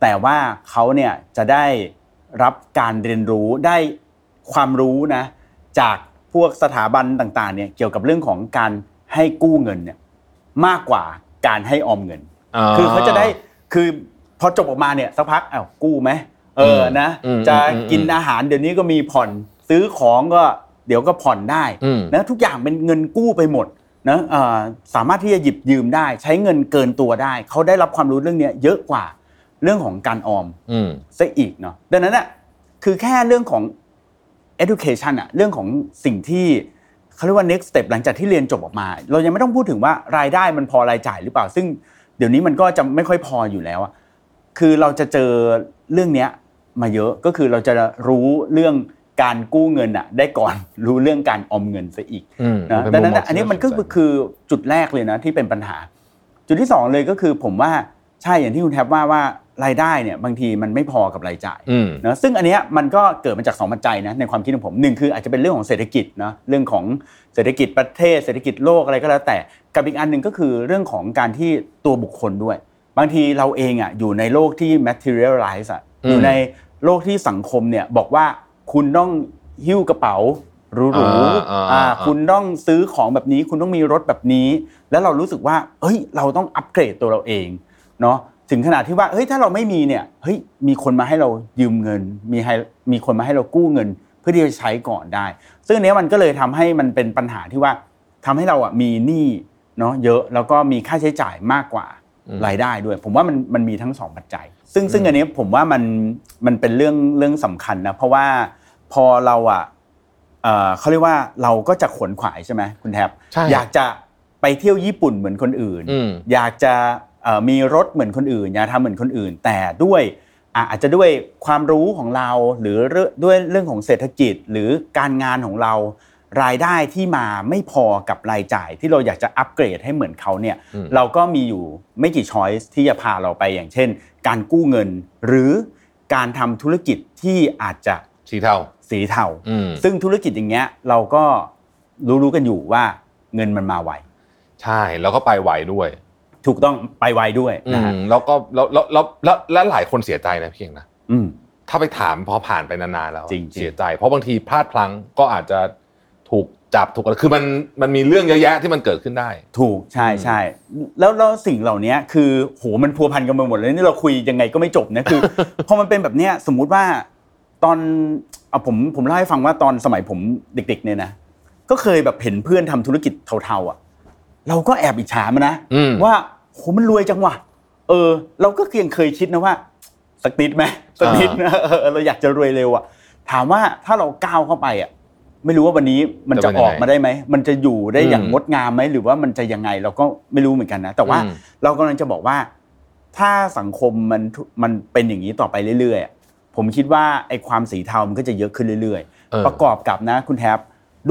Speaker 2: แต่ว่าเขาเนี่ยจะได้รับการเรียนรู้ได้ความรู้นะ จากพวกสถาบันต่างๆเนี่ยเกี่ยวกับเรื่องของการให้กู้เงินเนี่ยมากกว่าการให้ออมเงิน คือเขาจะได้คือพอจบออกมาเนี่ยสักพักอ้าวกู้ไหมเออนะ
Speaker 1: อืม
Speaker 2: จะ
Speaker 1: อืม
Speaker 2: กินอาหารเดี๋ยวนี้ก็มีผ่อนซื้อของก็เดี๋ยวก็ผ่อนได้
Speaker 1: อืม
Speaker 2: นะทุกอย่างเป็นเงินกู้ไปหมดนะเอ่อสามารถที่จะหยิบยืมได้ ใช้เงินเกินตัวได้ เขาได้รับความรู้เรื่องเนี้ยเยอะกว่าเรื่องของการออม
Speaker 1: อืม
Speaker 2: ซะอีกเนาะดังนั้นอ่ะคือแค่เรื่องของ education อ่ะเรื่องของสิ่งที่เขาเรียกว่า next step หลังจากที่เรียนจบออกมา เรายังไม่ต้องพูดถึงว่ารายได้มันพอรายจ่ายหรือเปล่า ซึ่งเดี๋ยวนี้มันก็จะไม่ค่อยพออยู่แล้วอะคือเราจะเจอเรื่องเนี้ยมาเยอะก็คือเราจะรู้เรื่องการกู้เงินอ่ะได้ก่อน รู้เรื่องการออมเงินซะอีก
Speaker 1: อืม
Speaker 2: นะ
Speaker 1: เป็
Speaker 2: ดัง
Speaker 1: มุม
Speaker 2: นั้น
Speaker 1: ม
Speaker 2: นะอันนี้มันก็
Speaker 1: ที่าสใจ
Speaker 2: คือจุดแรกเลยนะที่เป็นปัญหา จุดที่สองเลยก็คือผมว่าใช่อย่างที่คุณแทบว่าว่ารายได้เนี่ยบางทีมันไม่พอกับรายจ่าย
Speaker 1: อืม
Speaker 2: นะซึ่งอันเนี้ยมันก็เกิดมาจากสองปัจจัยนะในความคิดของผมหนึ่งคืออาจจะเป็นเรื่องของเศรษฐกิจนะเรื่องของเศรษฐกิจประเทศ เศรษฐกิจโลกอะไรก็แล้วแต่กับอีกอันหนึ่งก็คือเรื่องของการที่ตัวบุคคลด้วย บางทีเราเองอ่ะอยู่ในโลกที่ materialize อ่ะ
Speaker 1: อืม
Speaker 2: อยู่ในโลกที่สังคมเนี่ยบอกว่าคุณต้องหิ้วกระเป๋าหรูๆ หรู
Speaker 1: อ่าอ่า
Speaker 2: อ่า
Speaker 1: อ่า
Speaker 2: คุณต้องซื้อของแบบนี้ คุณต้องมีรถแบบนี้ แล้วเรารู้สึกว่า เฮ้ย เราต้องอัปเกรดตัวเราเอง เนาะ ถึงขนาดที่ว่า เฮ้ย ถ้าเราไม่มีเนี่ย เฮ้ย มีคนมาให้เรายืมเงิน มีให้ มีคนมาให้เรากู้เงิน เพื่อที่จะใช้ก่อนได้ ซึ่งอันเนี้ยมันก็เลยทำให้มันเป็นปัญหาที่ว่าทำให้เราอ่ะมีหนี้ เนาะเยอะ แล้วก็มีค่าใช้จ่ายมากกว่า รายได้ด้วย ผมว่ามันมันมีทั้งสองปัจจัย ซึ่งซึ่งอันเนี้ยผมว่ามันมันเป็นเรื่องเรื่องสำคัญนะ เพราะว่าพอเราอ่ะ เอ่อเขาเรียกว่าเราก็จะขวนขวายใช่ไหมคุณแทบ
Speaker 1: ใช่
Speaker 2: อยากจะไปเที่ยวญี่ปุ่นเหมือนคนอื่น
Speaker 1: อืม
Speaker 2: อยากจะเอ่อมีรถเหมือนคนอื่น อยากทำเหมือนคนอื่น แต่ด้วยอ่ะอาจจะด้วยความรู้ของเราหรือเรื่องด้วยเรื่องของเศรษฐกิจหรือการงานของเรา รายได้ที่มาไม่พอกับรายจ่ายที่เราอยากจะอัปเกรดให้เหมือนเขาเนี่ย
Speaker 1: อืม
Speaker 2: เราก็มีอยู่ไม่กี่ช้อยส์ที่จะพาเราไปอย่างเช่น การกู้เงิน หรือการทำธุรกิจที่อาจจะ
Speaker 1: สีเทา
Speaker 2: สีเทา
Speaker 1: อืม
Speaker 2: ซึ่งธุรกิจอย่างเงี้ยเราก็รู้ๆกันอยู่ว่าเงินมันมาไว
Speaker 1: ใช่แล้วก็ไปไหวด้วย
Speaker 2: ถูกต้องไปไวด้วยนะฮะ
Speaker 1: อืมแล้วก็แล้วแล้วแล้วแล้วแล้วหลายคนเสียใจนะพี่เองนะ
Speaker 2: อืม
Speaker 1: ถ้าไปถามพอผ่านไปนานๆแล้ว
Speaker 2: จริงๆ
Speaker 1: เสียใจ เพราะบางทีพลาดพลั้งก็อาจจะถูกจับถูกอะไรคือมันมันมีเรื่องเยอะแยะที่มันเกิดขึ้นได้
Speaker 2: ถูกใช่ใช่แล้วแล้วสิ่งเหล่านี้คือโหมันพัวพันกันไปหมดเลยนี่เราคุยยังไงก็ไม่จบนะคือ พอมันเป็นแบบเนี้ยสมมุติว่าตอนเอาผมผมเล่าให้ฟังว่าตอนสมัยผมเด็ก ๆ เนี่ยนะก็เคยแบบเห็นเพื่อนทำธุรกิจเทาๆอ่ะ เราก็แอบอิจฉามันนะ
Speaker 1: อืม
Speaker 2: ว่าโหมันรวยจังว่ะเออ เราก็ยังเคยคิดนะว่า สักนิดไหมสักนิดนะเออเราอยากจะรวยเร็วอ่ะถามว่าถ้าเราก้าวเข้าไปอ่ะไม่รู้ว่าวันนี้มันจะออกมาได้ไหมมันจะอยู่ได้อย่าง
Speaker 1: อืม
Speaker 2: งด งามไหมหรือว่ามันจะยังไงเราก็ไม่รู้เหมือนกันนะ แต่ว่า
Speaker 1: อืม
Speaker 2: เรากำลังจะบอกว่าถ้าสังคมมันทุมันเป็นอย่างนี้ต่อไปเรื่อยๆอะผมคิดว่าไอ้ความสีเทามันก็จะเยอะขึ้นเรื่อย
Speaker 1: เออ
Speaker 2: ประกอบกับนะคุณแทบ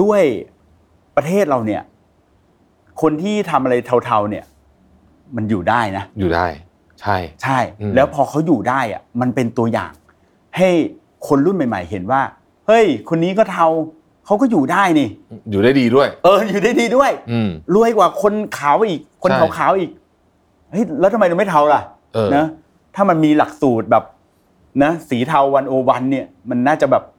Speaker 2: ด้วยประเทศเราเนี่ย คนที่ทำอะไรเทาๆเนี่ย มันอยู่ได้นะ
Speaker 1: อยู่ได้ ใช่
Speaker 2: ใช่
Speaker 1: อืม
Speaker 2: แล้วพอเขาอยู่ได้อะมันเป็นตัวอย่าง ให้คนรุ่นใหม่ ๆ เห็นว่า เฮ้ย คนนี้ก็เทาเขาก็อยู่ได้นี่
Speaker 1: อยู่ได้ดีด้วย
Speaker 2: เออ อยู่ได้ดีด้วย
Speaker 1: อืม
Speaker 2: รวยกว่าคนขาวอีก คน
Speaker 1: ใช่
Speaker 2: ขาวๆอีก เฮ้ย แล้วทำไมเราไม่เทาล่ะ
Speaker 1: เออ
Speaker 2: นะ ถ้ามันมีหลักสูตรแบบนะสีเทาวันโอวันเนี่ย มันน่าจะแบบ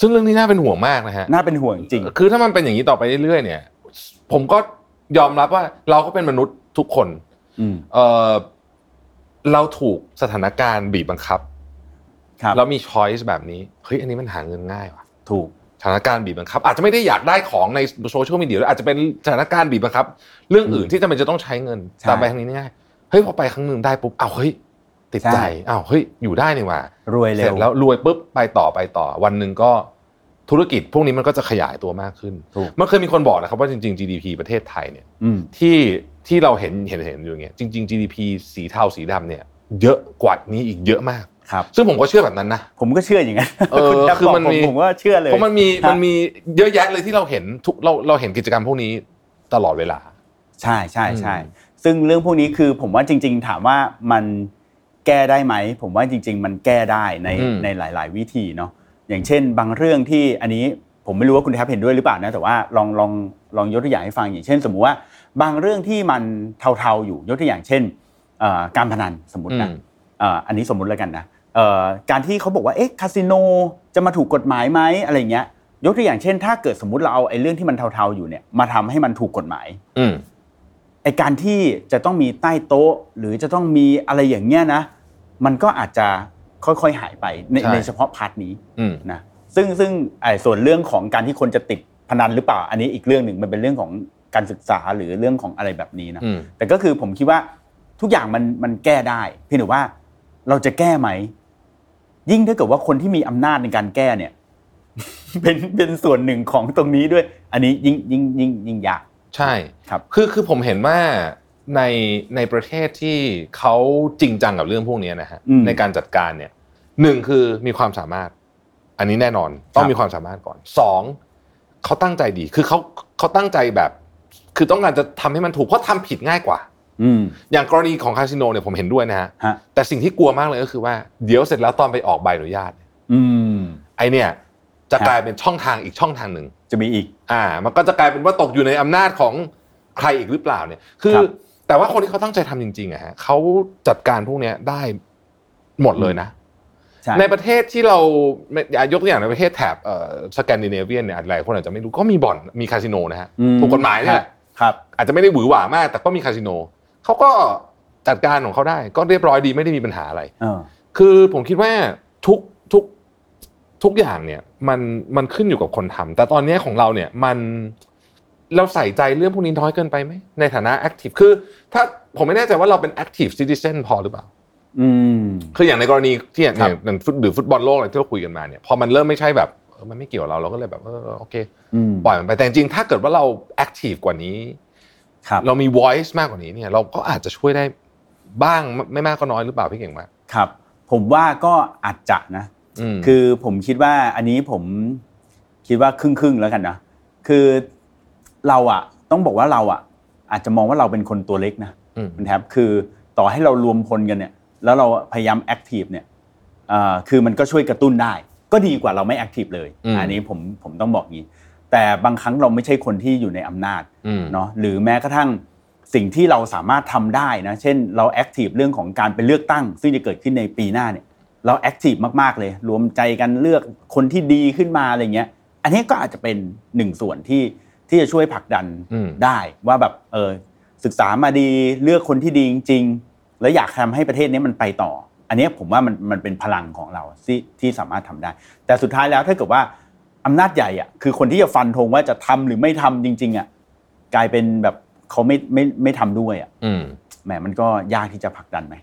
Speaker 1: ซึ่งเรื่องนี้น่าเป็นห่วงมากนะฮะ
Speaker 2: น่าเป็นห่วงจริง
Speaker 1: คือถ้ามันเป็นอย่างนี้ต่อไปเรื่อยๆเนี่ย ผมก็ยอมรับว่าเราก็เป็นมนุษย์ทุกคน
Speaker 2: อืม
Speaker 1: เออเราถูกสถานการณ์บีบบังคับ
Speaker 2: ครับ
Speaker 1: เรามีช้อยส์แบบนี้เฮ้ยอันนี้มันหาเงินง่ายว่ะ
Speaker 2: ถูก
Speaker 1: สถานการณ์บีบบังคับ อาจจะไม่ได้อยากได้ของในโซเชียลมีเดียหรืออาจจะเป็นสถานการณ์บีบบังคับ เรื่องอื่นที่จำเป็นจะต้องใช้เงิน
Speaker 2: ใช่
Speaker 1: แต่ไปทางนี้ง่ายเฮ้ยพอไปครั้งหนึ่งได้ปุ๊บอ้าวเฮ้ยติดใจ
Speaker 2: ใช่
Speaker 1: อ้าวเฮ้ยอยู่ได้นี่หว่าร
Speaker 2: วยเร็
Speaker 1: เสร็
Speaker 2: ว
Speaker 1: จแล้วรวยปุ๊บไปต่อไปต่อ วันหนึ่งก็ธุรกิจพวกนี้มันก็จะขยายตัวมากขึ้น
Speaker 2: ถูก
Speaker 1: มันเคยมีคนบอกนะครับว่าจริง ๆ GDP ประเทศไทยเนี่ย
Speaker 2: อืม
Speaker 1: ที่ ที่เราเห็นเห็นเห็นอยู่อย่างเงี้ยจริง ๆ GDP สีเทาสีดำเนี่ย เยอะกว่านี้อีกเยอะมาก
Speaker 2: ครับ
Speaker 1: ซึ่งผมก็เชื่อแบบนั้นนะ
Speaker 2: ผมก็เชื่ออย่างนั้น
Speaker 1: เออ
Speaker 2: ณแทบ
Speaker 1: คือบ
Speaker 2: ก
Speaker 1: มัน
Speaker 2: ผม
Speaker 1: มี
Speaker 2: ผมก็เชื่อเลย
Speaker 1: เพราะมันมี
Speaker 2: ฮะ
Speaker 1: มันมีเยอะแยะเลยที่เราเห็นทุกเราเราเห็นกิจกรรมพวกนี้ตลอดเวลา
Speaker 2: ใช่ใช่ใช่
Speaker 1: อืม
Speaker 2: ซึ่งเรื่องพวกนี้คือผมว่าจริง ๆ ถามว่ามันแก้ได้ไหม ผมว่าจริง ๆ มันแก้ได้ใน
Speaker 1: อืม
Speaker 2: ในหลาย ๆ วิธีเนาะอย่างเช่น บางเรื่องที่อันนี้ผมไม่รู้ว่าคุณแทบเห็นด้วยหรือเปล่านะแต่ว่าลองลองลองยกตัวอย่างให้ฟังอย่างเช่น สมมุติว่าบางเรื่องที่มันเทาๆอยู่ยกตัวอย่างเช่นเอ่อการพนันสมมตินะ เอ่ออันนี้สมมุติแล้วกันนะเอ่อการที่เขาบอกว่าเอ๊ะคาสิโนจะมาถูกกฎหมายไหมอะไรเงี้ยยกตัวอย่างเช่น ถ้าเกิดสมมติเราเอาไอ้เรื่องที่มันเทาๆอยู่เนี่ยมาทำให้มันถูกกฎหมาย
Speaker 1: อืม
Speaker 2: ไอ้การที่จะต้องมีใต้โต๊ะ หรือจะต้องมีอะไรอย่างเงี้ยนะ มันก็อาจจะค่อยๆหายไปใน
Speaker 1: ใช่
Speaker 2: ในเฉพาะพาร์ทนี้
Speaker 1: อืม
Speaker 2: นะซึ่งซึ่งไอ้ส่วนเรื่องของการที่คนจะติดพนันหรือเปล่า อันนี้อีกเรื่องหนึ่งมันเป็นเรื่องของการศึกษาหรือเรื่องของอะไรแบบนี้นะ
Speaker 1: อืม
Speaker 2: แต่ก็คือผมคิดว่าทุกอย่างมันมันแก้ได้เพียงแต่ว่าเราจะแก้ไหม ยิ่งถ้าเกิดว่าคนที่มีอำนาจในการแก้เนี่ย เป็นเป็นส่วนหนึ่งของตรงนี้ด้วย อันนี้ยิ่งยิ่งยิ่งยิ่งยาก
Speaker 1: ใช่
Speaker 2: ครับ
Speaker 1: คือคือผมเห็นว่าในในประเทศที่เขาจริงจังกับเรื่องพวกนี้นะฮะ
Speaker 2: อืม
Speaker 1: ในการจัดการเนี่ยหนึ่งคือมีความสามารถ อันนี้แน่นอนต้อ
Speaker 2: ครั
Speaker 1: ง
Speaker 2: บ
Speaker 1: มีความสามารถก่อนสองเขาตั้งใจดีคือเขาเขาตั้งใจแบบ คือต้องการจะทำให้มันถูกเพราะทำผิดง่ายกว่า
Speaker 2: อืม
Speaker 1: อย่างกรณีของคาสิโนเนี่ยผมเห็นด้วยนะฮะ
Speaker 2: ฮะ
Speaker 1: แต่สิ่งที่กลัวมากเลยก็คือว่าเดี๋ยวเสร็จแล้วตอนไปออกใบอนุญาตเนี่ย
Speaker 2: อืม
Speaker 1: ไอเนี่ยจะ
Speaker 2: ครับ
Speaker 1: กลายเป็นช่องทางอีกช่องทางหนึ่ง
Speaker 2: จะมีอีก
Speaker 1: อ่ามันก็จะกลายเป็นว่าตกอยู่ในอำนาจของใครอีกหรือเปล่าเนี่ย คือ
Speaker 2: ครับ
Speaker 1: แต่ว่าคนที่เขาตั้งใจทำจริงๆอะฮะเขาจัดการพวกเนี้ยได้หมดเลยนะ
Speaker 2: ใช่
Speaker 1: ในประเทศที่เราไม่อ่ะยกตัวอย่างในประเทศแถบเอ่อสแกนดิเนเวียนเนี่ยหลายคนอาจจะไม่รู้ก็มีบ่อนมีคาสิโนนะฮะ
Speaker 2: อื
Speaker 1: ถูกกฎหมายเนี่ยแหละ
Speaker 2: ครับ
Speaker 1: อาจจะไม่ได้หวือหวามาก แต่ก็มีคาสิโนเขาก็จัดการของเขาได้ ก็เรียบร้อยดีไม่ได้มีปัญหาอะไร
Speaker 2: เออ
Speaker 1: คือผมคิดว่าทุกทุกทุกอย่างเนี่ยมันมันขึ้นอยู่กับคนทำแต่ตอนเนี้ยของเราเนี่ยมันเราใส่ใจเรื่องพวกนี้น้อยเกินไปไหมในฐานะแอคทีฟคือ ถ้าผมไม่แน่ใจว่าเราเป็นแอคทีฟซิติเซนพอหรือเปล่า
Speaker 2: อืม
Speaker 1: คืออย่างในกรณีที่อย่าง
Speaker 2: ครับ
Speaker 1: อย่างฟุตหรือฟุตบอลโลกอะไรที่เราคุยกันมาเนี่ยพอมันเริ่มไม่ใช่แบบเออมันไม่เกี่ยวกับเราเราก็เลยแบบเออโอเค
Speaker 2: อืม
Speaker 1: ปล่อยมันไปแต่จริงๆถ้าเกิดว่าเราแอคทีฟกว่านี้
Speaker 2: ครับ
Speaker 1: เรามี voice มากกว่านี้เนี่ยเราก็อาจจะช่วยได้บ้างไม่ไม่มากก็น้อยหรือเปล่าพี่เก่งมาก
Speaker 2: ครับ ผมว่าก็อาจจะนะ
Speaker 1: ม
Speaker 2: คือผมคิดว่าอันนี้ผมคิดว่าครึ่งครึ่งๆแล้วกันนะคือเราอะต้องบอกว่าเราอะอาจจะมองว่าเราเป็นคนตัวเล็กนะ
Speaker 1: อืม
Speaker 2: คุณแทบคือต่อให้เรารวมพลกันเนี่ย แล้วเราพยายามแอคทีฟเนี่ยเอ่อคือมันก็ช่วยกระตุ้นได้ ก็ดีกว่าเราไม่แอคทีฟเลย
Speaker 1: อืม
Speaker 2: อันนี้ผมผมต้องบอกงี้ แต่บางครั้งเราไม่ใช่คนที่อยู่ในอำนาจ
Speaker 1: ม
Speaker 2: เนาะหรือแม้กระทั่งสิ่งที่เราสามารถทำได้นะเช่นเราแอคทีฟเรื่องของการไปเลือกตั้ง ซึ่งจะเกิดขึ้นในปีหน้าเนี่ยเราแอคทีฟมากๆเลย รวมใจกันเลือกคนที่ดีขึ้นมาอะไรเงี้ยอันนี้ก็อาจจะเป็นหนึ่งส่วนที่ที่จะช่วยผลักดัน
Speaker 1: อืม
Speaker 2: ได้ว่าแบบเออศึกษามาดีเลือกคนที่ดีจริง ๆ แล้วอยากทำให้ประเทศนี้มันไปต่อ อันเนี้ยผมว่ามันมันเป็นพลังของเราที่ที่สามารถทำได้ แต่สุดท้ายแล้วถ้าเกิดว่าอำนาจใหญ่อะคือคนที่จะฟันธงว่าจะทำหรือไม่ทำจริง ๆอะกลายเป็นแบบเขาไม่ไม่ไม่ทำด้วยอะ
Speaker 1: อืม
Speaker 2: แหมมันก็ยากที่จะผลักดันไหม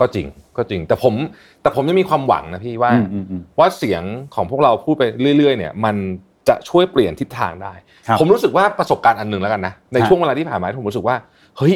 Speaker 1: ก็จริงก็จริงแต่ผมแต่ผมยังมีความหวังนะพี่ว่า
Speaker 2: อืมอืมอืม
Speaker 1: ว่าเสียงของพวกเราพูดไปเรื่อย ๆ เนี่ย มันจะช่วยเปลี่ยนทิศทางได้
Speaker 2: ครับ
Speaker 1: ผมรู้สึกว่าประสบการณ์อันหนึ่งแล้วกันนะใน
Speaker 2: ครับ
Speaker 1: ช่วงเวลาที่ผ่านมาที่ผมรู้สึกว่าเฮ้ย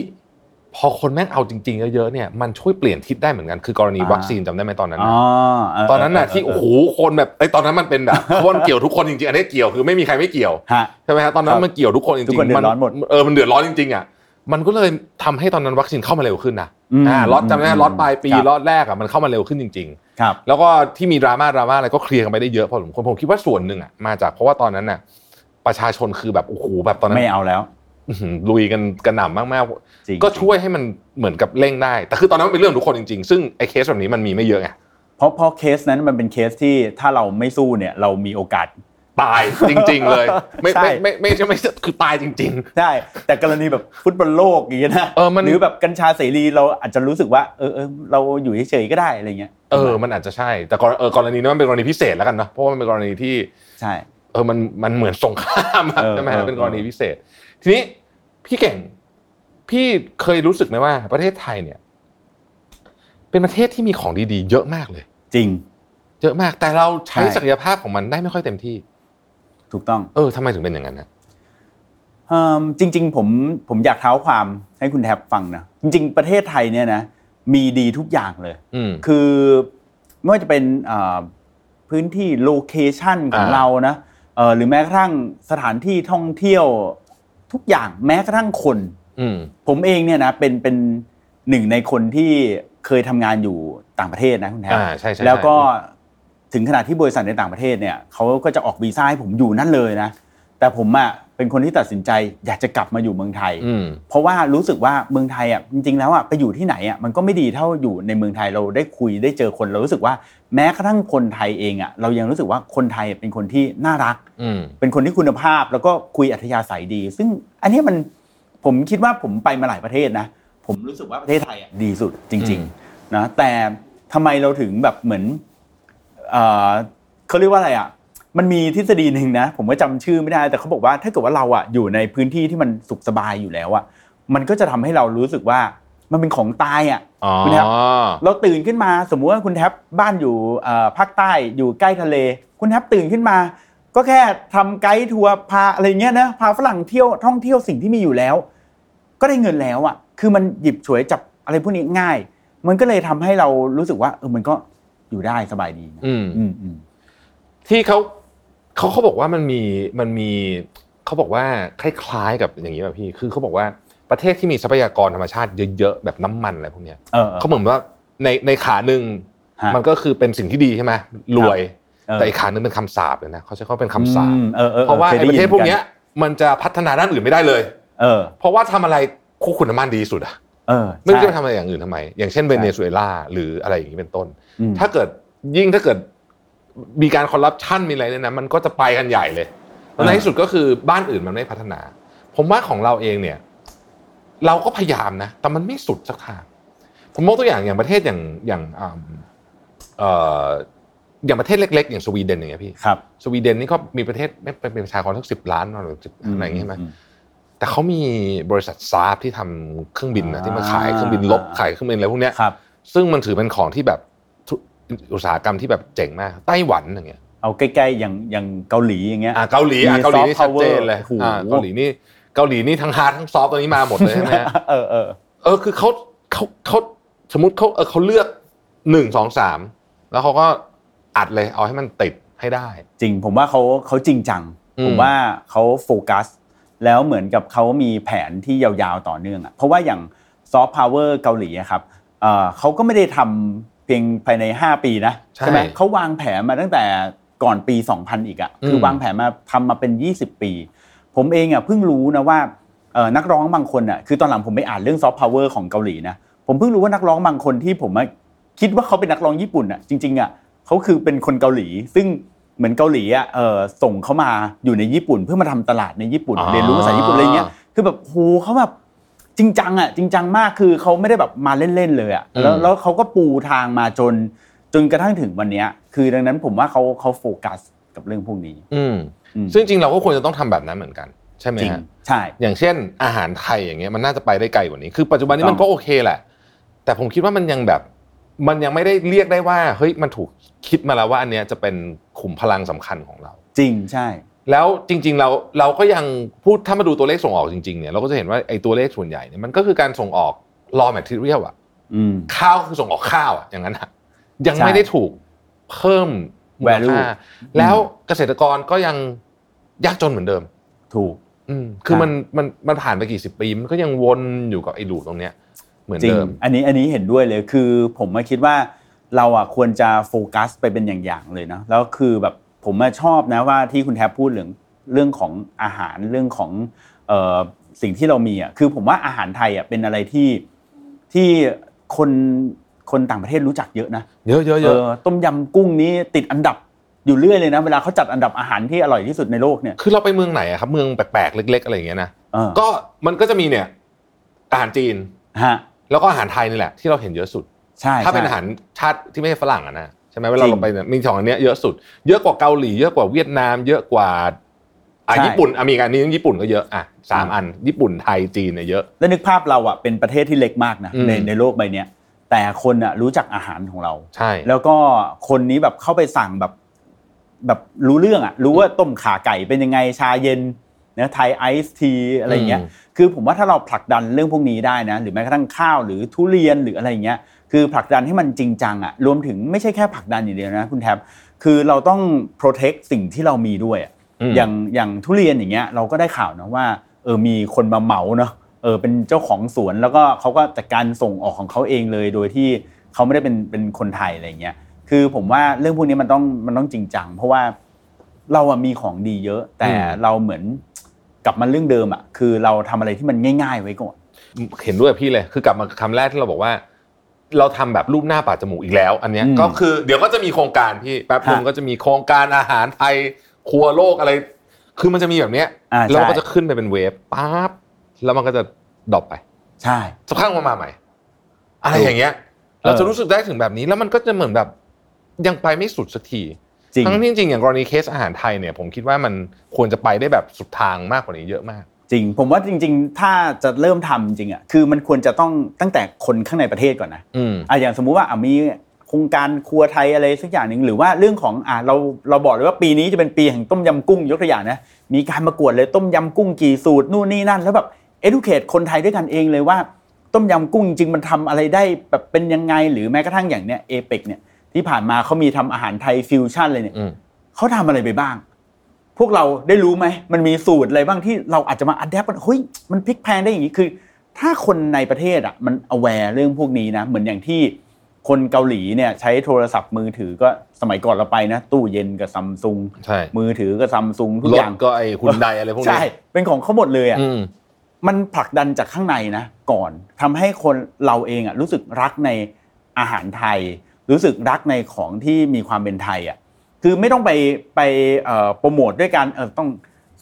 Speaker 1: พอคนแม่งเอาจริง ๆ เยอะๆเนี่ยมันช่วยเปลี่ยนทิศได้เหมือนกันคือกรณีวัคซีนจำได้ไหมตอนนั้น
Speaker 2: อ๋
Speaker 1: น่ะ
Speaker 2: อเเ
Speaker 1: ตอนนั้นน่ะ
Speaker 2: เ
Speaker 1: ที่โอ้โหคนแบบไอ้ยตอนนั้นมันเป็นแบบเพราะว่ามันเกี่ยวทุกคนจริงๆอันนี้เกี่ยวคือไม่มีใครไม่เกี่ยว
Speaker 2: ฮะ
Speaker 1: ใช่ไหมฮะตอนนั้
Speaker 2: คน รับ
Speaker 1: มันเกี่ยวทุกคนจริงๆ
Speaker 2: ทุกคนเดือดร้อนหมด
Speaker 1: เออมันเดือดร้อนจริงๆอ่ะมันก็เลยทำให้ตอนนั้นวัคซีนเข้ามาเร็วขึ้นนะ
Speaker 2: อืม
Speaker 1: ล็อตจำได้ไหม
Speaker 2: อืม
Speaker 1: ล็อตปลายปี
Speaker 2: ครับ
Speaker 1: ล็อตแรกอ่ะมันเข้ามาเร็วขึ้นจริง
Speaker 2: ครับ
Speaker 1: ๆ แล้วก็ที่มีดราม่าดราม่าอะไรก็เคลียร์กันไปได้เยอะพอสมควรผมคิดว่าส่วนหนึ่งอ่ะมาจากเพราะว่าตอนนั้นน่ะประชาชนคือแบบโอ้โหแบบตอนนั้น
Speaker 2: ไม่เอาแล้ว
Speaker 1: อื้อหือลุยกันกระหน่ำมาก
Speaker 2: จริง
Speaker 1: ๆก็ช่วยให้มันเหมือนกับเร่งได้ แต่คือตอนนั้นมันเป็นเรื่องของทุกคนจริงๆ ซึ่งไอ้เคสแบบนี้มันมีไม่เยอะไง
Speaker 2: เพราะเพราะเคสนั้นมันเป็นเคสที่ถ้าเราไม่สู้เนี่ยเรามีโอกาส
Speaker 1: ตายจริง ๆ เลยไม่
Speaker 2: ใช่
Speaker 1: ไม่ไม่ไม่ใช่ไม่ใช่คือตายจริง ๆ
Speaker 2: ได้ แต่กรณีแบบฟุตบอลโลกอย่างเงี้ยนะ
Speaker 1: เออมัน
Speaker 2: หรือแบบกัญชาเสรีเราอาจจะรู้สึกว่าเออเออเราอยู่เฉยๆก็ได้อะไรเงี้ย
Speaker 1: เออ มันอาจจะใช่ แต่กรเออกรณีนี้มันเป็นกรณีพิเศษแล้วกันเนอะเพราะว่ามันเป็นกรณีที่
Speaker 2: ใช่
Speaker 1: เออ มัน มันเหมือนสงครามอะ
Speaker 2: เออ
Speaker 1: ใช่ไหม
Speaker 2: เออ
Speaker 1: เป็นกรณีพิเศษ ทีนี้พี่เก่ง พี่เคยรู้สึกไหมว่าประเทศไทยเนี่ย เป็นประเทศที่มีของดีๆ เยอะมากเลย
Speaker 2: จริง
Speaker 1: เยอะมาก แต่เราใช้
Speaker 2: ใช่
Speaker 1: ศักยภาพของมันได้ไม่ค่อยเต็มที่
Speaker 2: ถูกต้อง
Speaker 1: เออทำไมถึงเป็นอย่างนั้นนะ
Speaker 2: เ เอิ่มจริง ๆ ผมผมอยากเท้าความให้คุณแทบฟังนะจริง ๆ ประเทศไทยเนี่ยนะมีดีทุกอย่างเลย
Speaker 1: อืม
Speaker 2: คือไม่ว่าจะเป็นเอ่อพื้นที่โลเคชันของ
Speaker 1: อ่า
Speaker 2: เรานะเอ่อหรือแม้กระทั่งสถานที่ท่องเที่ยวทุกอย่างแม้กระทั่งคน
Speaker 1: อืม
Speaker 2: ผมเองเนี่ยนะเป็นเป็นหนึ่งในคนที่เคยทำงานอยู่ต่างประเทศนะคุณแทบ
Speaker 1: อ่าใช่ใช่ใช่
Speaker 2: แล้วก็ถึงขนาดที่บริษัทในต่างประเทศเนี่ยเขาก็จะออกวีซ่าให้ผมอยู่นั่นเลยนะ แต่ผมอ่ะเป็นคนที่ตัดสินใจอยากจะกลับมาอยู่เมืองไทย
Speaker 1: อืม
Speaker 2: เพราะว่ารู้สึกว่าเมืองไทยอ่ะจริงๆแล้วอ่ะไปอยู่ที่ไหนอ่ะมันก็ไม่ดีเท่าอยู่ในเมืองไทยเราได้คุยได้เจอคนเรารู้สึกว่าแม้กระทั่งคนไทยเองอ่ะเรายังรู้สึกว่าคนไทยเป็นคนที่น่ารัก
Speaker 1: อืม
Speaker 2: เป็นคนที่คุณภาพแล้วก็คุยอัธยาศัยดี ซึ่งอันเนี้ยมันผมคิดว่าผมไปมาหลายประเทศนะ ผมรู้สึกว่าประเทศไทยอ่ะดีสุดจริงๆนะแต่ทำไมเราถึงแบบเหมือนเอ่อเขาเรียกว่าอะไรอ่ะมันมีทฤษฎีหนึ่งนะ ผมก็จำชื่อไม่ได้แต่เขาบอกว่าถ้าเกิดว่าเราอ่ะอยู่ในพื้นที่ที่มันสุขสบายอยู่แล้วอ่ะมันก็จะทำให้เรารู้สึกว่ามันเป็นของตายอ่ะ
Speaker 1: อ๋อ
Speaker 2: คุณแทบ เราตื่นขึ้นมาสมมุติว่าคุณแท็บบ้านอยู่เอ่อภาคใต้อยู่ใกล้ทะเล คุณแท็บตื่นขึ้นมา ก็แค่ทำไกด์ทัวร์พาอะไรเงี้ยนะพาฝรั่งเที่ยวท่องเที่ยวสิ่งที่มีอยู่แล้ว ก็ได้เงินแล้วอ่ะคือมันหยิบฉวยจับอะไรพวกนี้ง่าย มันก็เลยทำให้เรารู้สึกว่าเออมันก็อยู่ได้สบายดีนะ
Speaker 1: อืม
Speaker 2: อืมอืม
Speaker 1: ที่เขาเขาเขาบอกว่ามันมีมันมีเขาบอกว่าคล้ายๆกับอย่างนี้แบบพี่ คือเขาบอกว่าประเทศที่มีทรัพยากรธรรมชาติเยอะๆแบบน้ำมันอะไรพวกเนี้ย
Speaker 2: เออเออ
Speaker 1: เขาเหมือนว่าในในขาหนึ่ง
Speaker 2: ฮะ
Speaker 1: มันก็คือเป็นสิ่งที่ดีใช่ไหมรวย
Speaker 2: เออ
Speaker 1: แต่อีกขาหนึ่งเป็นคำสาปเลยนะเขาใช้คำว่าเป็นคำสาป
Speaker 2: อืมออออ
Speaker 1: เพราะว่า
Speaker 2: คย
Speaker 1: ไอ้
Speaker 2: ด้
Speaker 1: ประเทศพวก
Speaker 2: หมือ
Speaker 1: เนี้ยมันจะพัฒนาด้านอื่นไม่ได้เลย
Speaker 2: เออ
Speaker 1: เพราะว่าทำอะไรคู่คุณน้ำมันดีสุดอะ
Speaker 2: เออ
Speaker 1: ไม่รู้จะ
Speaker 2: ใช่
Speaker 1: ไปทำอะไรอย่างอื่นทำไม อย่างเช่นเวเนซุเอลาหรืออะไรอย่างนี้เป็นต้น
Speaker 2: อืม
Speaker 1: ถ้าเกิดยิ่งถ้าเกิดมีการคอร์รัปชันมีอะไรเนี่ยนะมันก็จะไปกันใหญ่เลยแล้วในที่สุดก็คือบ้านอื่นมันไม่พัฒนา ผมว่าของเราเองเนี่ย เราก็พยายามนะ แต่มันไม่สุดสักทางผมยกตัวอย่างอย่างประเทศอย่างอย่างอ่ำเอ่ออย่างประเทศเล็ก ๆ อย่างสวีเดนอย่างเงี้ยพี่
Speaker 2: ครับ
Speaker 1: สวีเดนนี่ก็มีประเทศไม่เป็นประชากรสักสิบล้านหรือ10อะไรอย่างเงี้ยใช่ไหม
Speaker 2: อื
Speaker 1: แต่เขามีบริษัทซาร์ที่ทำเครื่องบินนะที่มาขาย
Speaker 2: อ่า
Speaker 1: เครื่องบินลบขายเครื่องบินอะไรพวกเนี้ย
Speaker 2: ครับ
Speaker 1: ซึ่งมันถือเป็นของที่แบบทุอุตสาหกรรมที่แบบเจ๋งมากไต้หวันอย่างเงี้ย
Speaker 2: เอาใกล้ๆอย่างอย่างเกาหลีอย่างเงี้ย
Speaker 1: อ่าเกาหลีอ่ะ
Speaker 2: มี
Speaker 1: เกาหลีนี่
Speaker 2: soft
Speaker 1: ชัด
Speaker 2: power
Speaker 1: เจนเลย
Speaker 2: โอ้โห
Speaker 1: อ่าเกาหลีนี่เกาหลีนี่ทั้งฮาร์ดทั้งซอฟต์ตัวนี้มาหมดเลยใช่ไหมฮะ
Speaker 2: เออเออ
Speaker 1: เออคือเขาเขาเขาสมมติเขาเออเขาเลือกหนึ่งสองสามแล้วเขาก็อัดเลยเอาให้มันติดให้ได้
Speaker 2: จริงผมว่าเขาเขาจริงจัง
Speaker 1: อืม
Speaker 2: ผมว่าเขาโฟกัส แล้วเหมือนกับเขามีแผนที่ยาวๆต่อเนื่องอะเพราะว่าอย่างซอฟต์พาวเวอร์เกาหลีอะครับเอ่อเขาก็ไม่ได้ทำเพียงภายใน 5 ปีนะ
Speaker 1: ใช่
Speaker 2: ไหมเขาวางแผนมาตั้งแต่ก่อนปี 2000 อีกอะ
Speaker 1: อืม
Speaker 2: คือวางแผนมาทำมาเป็น 20 ปี ผมเองอะเพิ่งรู้นะว่าเอ่อนักร้องบางคนอะคือตอนหลังผมไปอ่านเรื่องซอฟต์พาวเวอร์ของเกาหลีนะผมเพิ่งรู้ว่านักร้องบางคนที่ผมอะคิดว่าเขาเป็นนักร้องญี่ปุ่นอะจริงๆอะเขาคือเป็นคนเกาหลี ซึ่งเหมือนเกาหลีอะเอ่อส่งเขามาอยู่ในญี่ปุ่น เพื่อมาทำตลาดในญี่ปุ่น
Speaker 1: อ่า
Speaker 2: เรียนรู้ภาษาญี่ปุ่นอะไรเงี้ยคือแบบโหเขาแบบจริงจังอะจริงจังมากคือเขาไม่ได้แบบมาเล่นๆเลยอะแล้วแล้วเขาก็ปูทางมาจนจนกระทั่งถึงวันเนี้ยคือดังนั้นผมว่าเขาเขาโฟกัสกับเรื่องพวกนี้
Speaker 1: อืม
Speaker 2: อืม
Speaker 1: ซึ่งจริงเราก็ควรจะต้องทำแบบนั้นเหมือนกัน ใช่ไหม
Speaker 2: จริง
Speaker 1: ฮะ
Speaker 2: ใช่
Speaker 1: อย่างเช่นอาหารไทยอย่างเงี้ยมันน่าจะไปได้ไกลกว่านี้ คือปัจจุบันนี้
Speaker 2: ถูก
Speaker 1: มั
Speaker 2: ต้อน ง
Speaker 1: ก็โอเคแหละ แต่ผมคิดว่ามันยังแบบ มันยังไม่ได้เรียกได้ว่าเฮ้ยมันถูกคิดมาแล้วว่าอันเนี้ยจะเป็นขุมพลังสำคัญของเรา
Speaker 2: จริงใช่
Speaker 1: แล้วจริง ๆ เราเราก็ยังพูดถ้ามาดูตัวเลขส่งออกจริงๆเนี่ยเราก็จะเห็นว่าไอ้ตัวเลขส่วนใหญ่เนี่ยมันก็คือการส่งออก raw material อะ
Speaker 2: อืม
Speaker 1: ข้าวคือส่งออกข้าวอะอย่างนั้นอะยัง
Speaker 2: ใช่
Speaker 1: ไม่ได้ถูกเพิ่มมูล
Speaker 2: Value
Speaker 1: ค่าแล้วเกษตรกรก็ยังยากจนเหมือนเดิม
Speaker 2: ถูก
Speaker 1: อืมคือ
Speaker 2: ใช่
Speaker 1: มันมันมันผ่านไปกี่สิบปี มันก็ยังวนอยู่กับไอ้ลูปตรงเนี้ยเหมือน
Speaker 2: จริง
Speaker 1: เดิม
Speaker 2: อันนี้อันนี้เห็นด้วยเลยคือผมมาคิดว่าเราอ่ะควรจะโฟกัสไปเป็นอย่างๆเลยนะแล้วคือแบบผมมาชอบนะว่าที่คุณแทบพูดเรื่องเรื่องของอาหารเรื่องของเอ่อสิ่งที่เรามีอ่ะคือผมว่าอาหารไทยอ่ะเป็นอะไรที่ที่คนคนต่างประเทศรู้จักเยอะนะ
Speaker 1: เยอะเยอะเย
Speaker 2: เอ
Speaker 1: อะ
Speaker 2: อต้มยำกุ้งนี้ติดอันดับอยู่เรื่อยเลยนะ เวลาเขาจัดอันดับอาหารที่อร่อยที่สุดในโลกเนี่ย
Speaker 1: คือเราไปเมืองไหนอะครับ เมืองแปลกๆ เล็ก ๆ อะไรอย่างเงี้ยนะ
Speaker 2: เออ
Speaker 1: ก็มันก็จะมีเนี่ยอาหารจีน
Speaker 2: ฮะ
Speaker 1: แล้วก็อาหารไทยนี่แหละ ที่เราเห็นเยอะสุด
Speaker 2: ใช่
Speaker 1: ถ้าเป็น
Speaker 2: ใช่
Speaker 1: อาหารชาติที่ไม่ใช่ฝรั่งอะนะใช่ไหมเวลา
Speaker 2: จริง
Speaker 1: เราไปเนี่ยมีสองอันเนี้ยเยอะสุด เยอะกว่าเกาหลีเยอะกว่าเวียดนาม เยอะกว่าอ่ะ
Speaker 2: ใช่
Speaker 1: ญี่ปุ่นอะมีอันนี้ญี่ปุ่นก็เยอะอ่ะสามอันญี่ปุ่นไทยจีนเนี่ยเยอะ
Speaker 2: แล้วนึกภาพเราอ่ะเป็นประเทศที่เล็กมากนะ
Speaker 1: อืม
Speaker 2: ในในโลกใบเนี้ยแต่คนอ่ะรู้จักอาหารของเรา
Speaker 1: ใช่
Speaker 2: แล้วก็คนนี้แบบเข้าไปสั่งแบบแบบรู้เรื่องอ่ะรู้ว่าต้มขาไก่เป็นยังไงชาเย็น เนื้อไทยไอซ์ทีอะไรเงี้ย
Speaker 1: อืม
Speaker 2: คือผมว่าถ้าเราผลักดันเรื่องพวกนี้ได้นะ หรือแม้กระทั่งข้าวหรือทุเรียนหรืออะไรเงี้ยคือผลักดันให้มันจริงจังอะรวมถึงไม่ใช่แค่ผลักดันอย่างเดียวนะคุณแทบคือเราต้อง protect สิ่งที่เรามีด้วยอะ
Speaker 1: อืม
Speaker 2: อย่างอย่างทุเรียนอย่างเงี้ยเราก็ได้ข่าวนะว่าเออมีคนมาเหมาเนาะเออเป็นเจ้าของสวนแล้วก็เขาก็จัดการส่งออกของเขาเองเลย โดยที่เขาไม่ได้เป็นเป็นคนไทยอะไรเงี้ยคือผมว่าเรื่องพวกนี้มันต้องมันต้องจริงจังเพราะว่าเราอะมีของดีเยอะ แต่
Speaker 1: อืม
Speaker 2: เราเหมือนกลับมาเรื่องเดิมอะคือเราทำอะไรที่มันง่าย ๆ ไว้ก่อน
Speaker 1: เห็นด้วยกับพี่เลย คือกลับมาคำแรกที่เราบอกว่า เราทำแบบรูปหน้าปากจมูกอีกแล้ว อันเนี้ย
Speaker 2: อืม
Speaker 1: ก็คือเดี๋ยวก็จะมีโครงการพี่แป๊บนึง
Speaker 2: ฮะ
Speaker 1: ก็จะมีโครงการอาหารไทยครัวโลกอะไร คือมันจะมีแบบเนี้ย
Speaker 2: อ่าใช่
Speaker 1: แล้วมันก็จะขึ้นไปเป็นเวฟปั๊บแล้วมันก็จะดรอปไป
Speaker 2: ใช่
Speaker 1: สักครั้งมันมาใหม่ อะไรอย่างเงี้ย เราจะรู้สึกได้ถึงแบบนี้ แล้วมันก็จะเหมือนแบบยังไปไม่สุดสักที
Speaker 2: จริง
Speaker 1: ทั้งที่จริงๆอย่างกรณีเคสอาหารไทยเนี่ย ผมคิดว่ามันควรจะไปได้แบบสุดทางมากกว่านี้เยอะมาก
Speaker 2: จริง ผมว่าจริง ๆ ถ้าจะเริ่มทำจริงอะคือมันควรจะต้องตั้งแต่คนข้างในประเทศก่อนนะ
Speaker 1: อืม
Speaker 2: อ่ะอย่างสมมุติว่าอ่ะมีโครงการครัวไทยอะไรสักอย่างหนึ่งหรือว่าเรื่องของอ่ะเราเราบอกเลยว่าปีนี้จะเป็นปีแห่งต้มยำกุ้งยกตัวอย่างนะมีการประกวดเลยต้มยำกุ้งกี่สูตรนู่นนี่นั่น แล้วแบบ educate คนไทยด้วยกันเองเลยว่า ต้มยำกุ้งจริงมันทำอะไรได้แบบเป็นยังไงหรือแม้กระทั่งอย่างเนี้ยเอเปกเนี่ยที่ผ่านมาเขามีทำอาหารไทยฟิวชั่นเลยเนี่ย
Speaker 1: อืม
Speaker 2: เขาทำอะไรไปบ้าง พวกเราได้รู้ไหมมันมีสูตรอะไรบ้างที่เราอาจจะมาอัดแอปมันเฮ้ยมันพลิกแพลงได้อย่างนี้คือ ถ้าคนในประเทศอ่ะมัน aware เรื่องพวกนี้นะ เหมือนอย่างที่คนเกาหลีเนี่ยใช้โทรศัพท์มือถือก็สมัยก่อนเราไปนะ ตู้เย็นกับซัมซุง
Speaker 1: ใช่
Speaker 2: มือถือกับซัมซุงทุก
Speaker 1: ร
Speaker 2: อ
Speaker 1: ถ
Speaker 2: ย่าง
Speaker 1: ก็ไอ้คุณไดอะไรพวกนี้
Speaker 2: ใช่เป็นของเขาหมดเลยอ่ะ
Speaker 1: อืม
Speaker 2: มันผลักดันจากข้างในนะก่อนทำให้คนเราเองอ่ะรู้สึกรักในอาหารไทย รู้สึกรักในของที่มีความเป็นไทยอ่ะคือไม่ต้องไปไปเอ่อโปรโมทด้วยการเออต้อง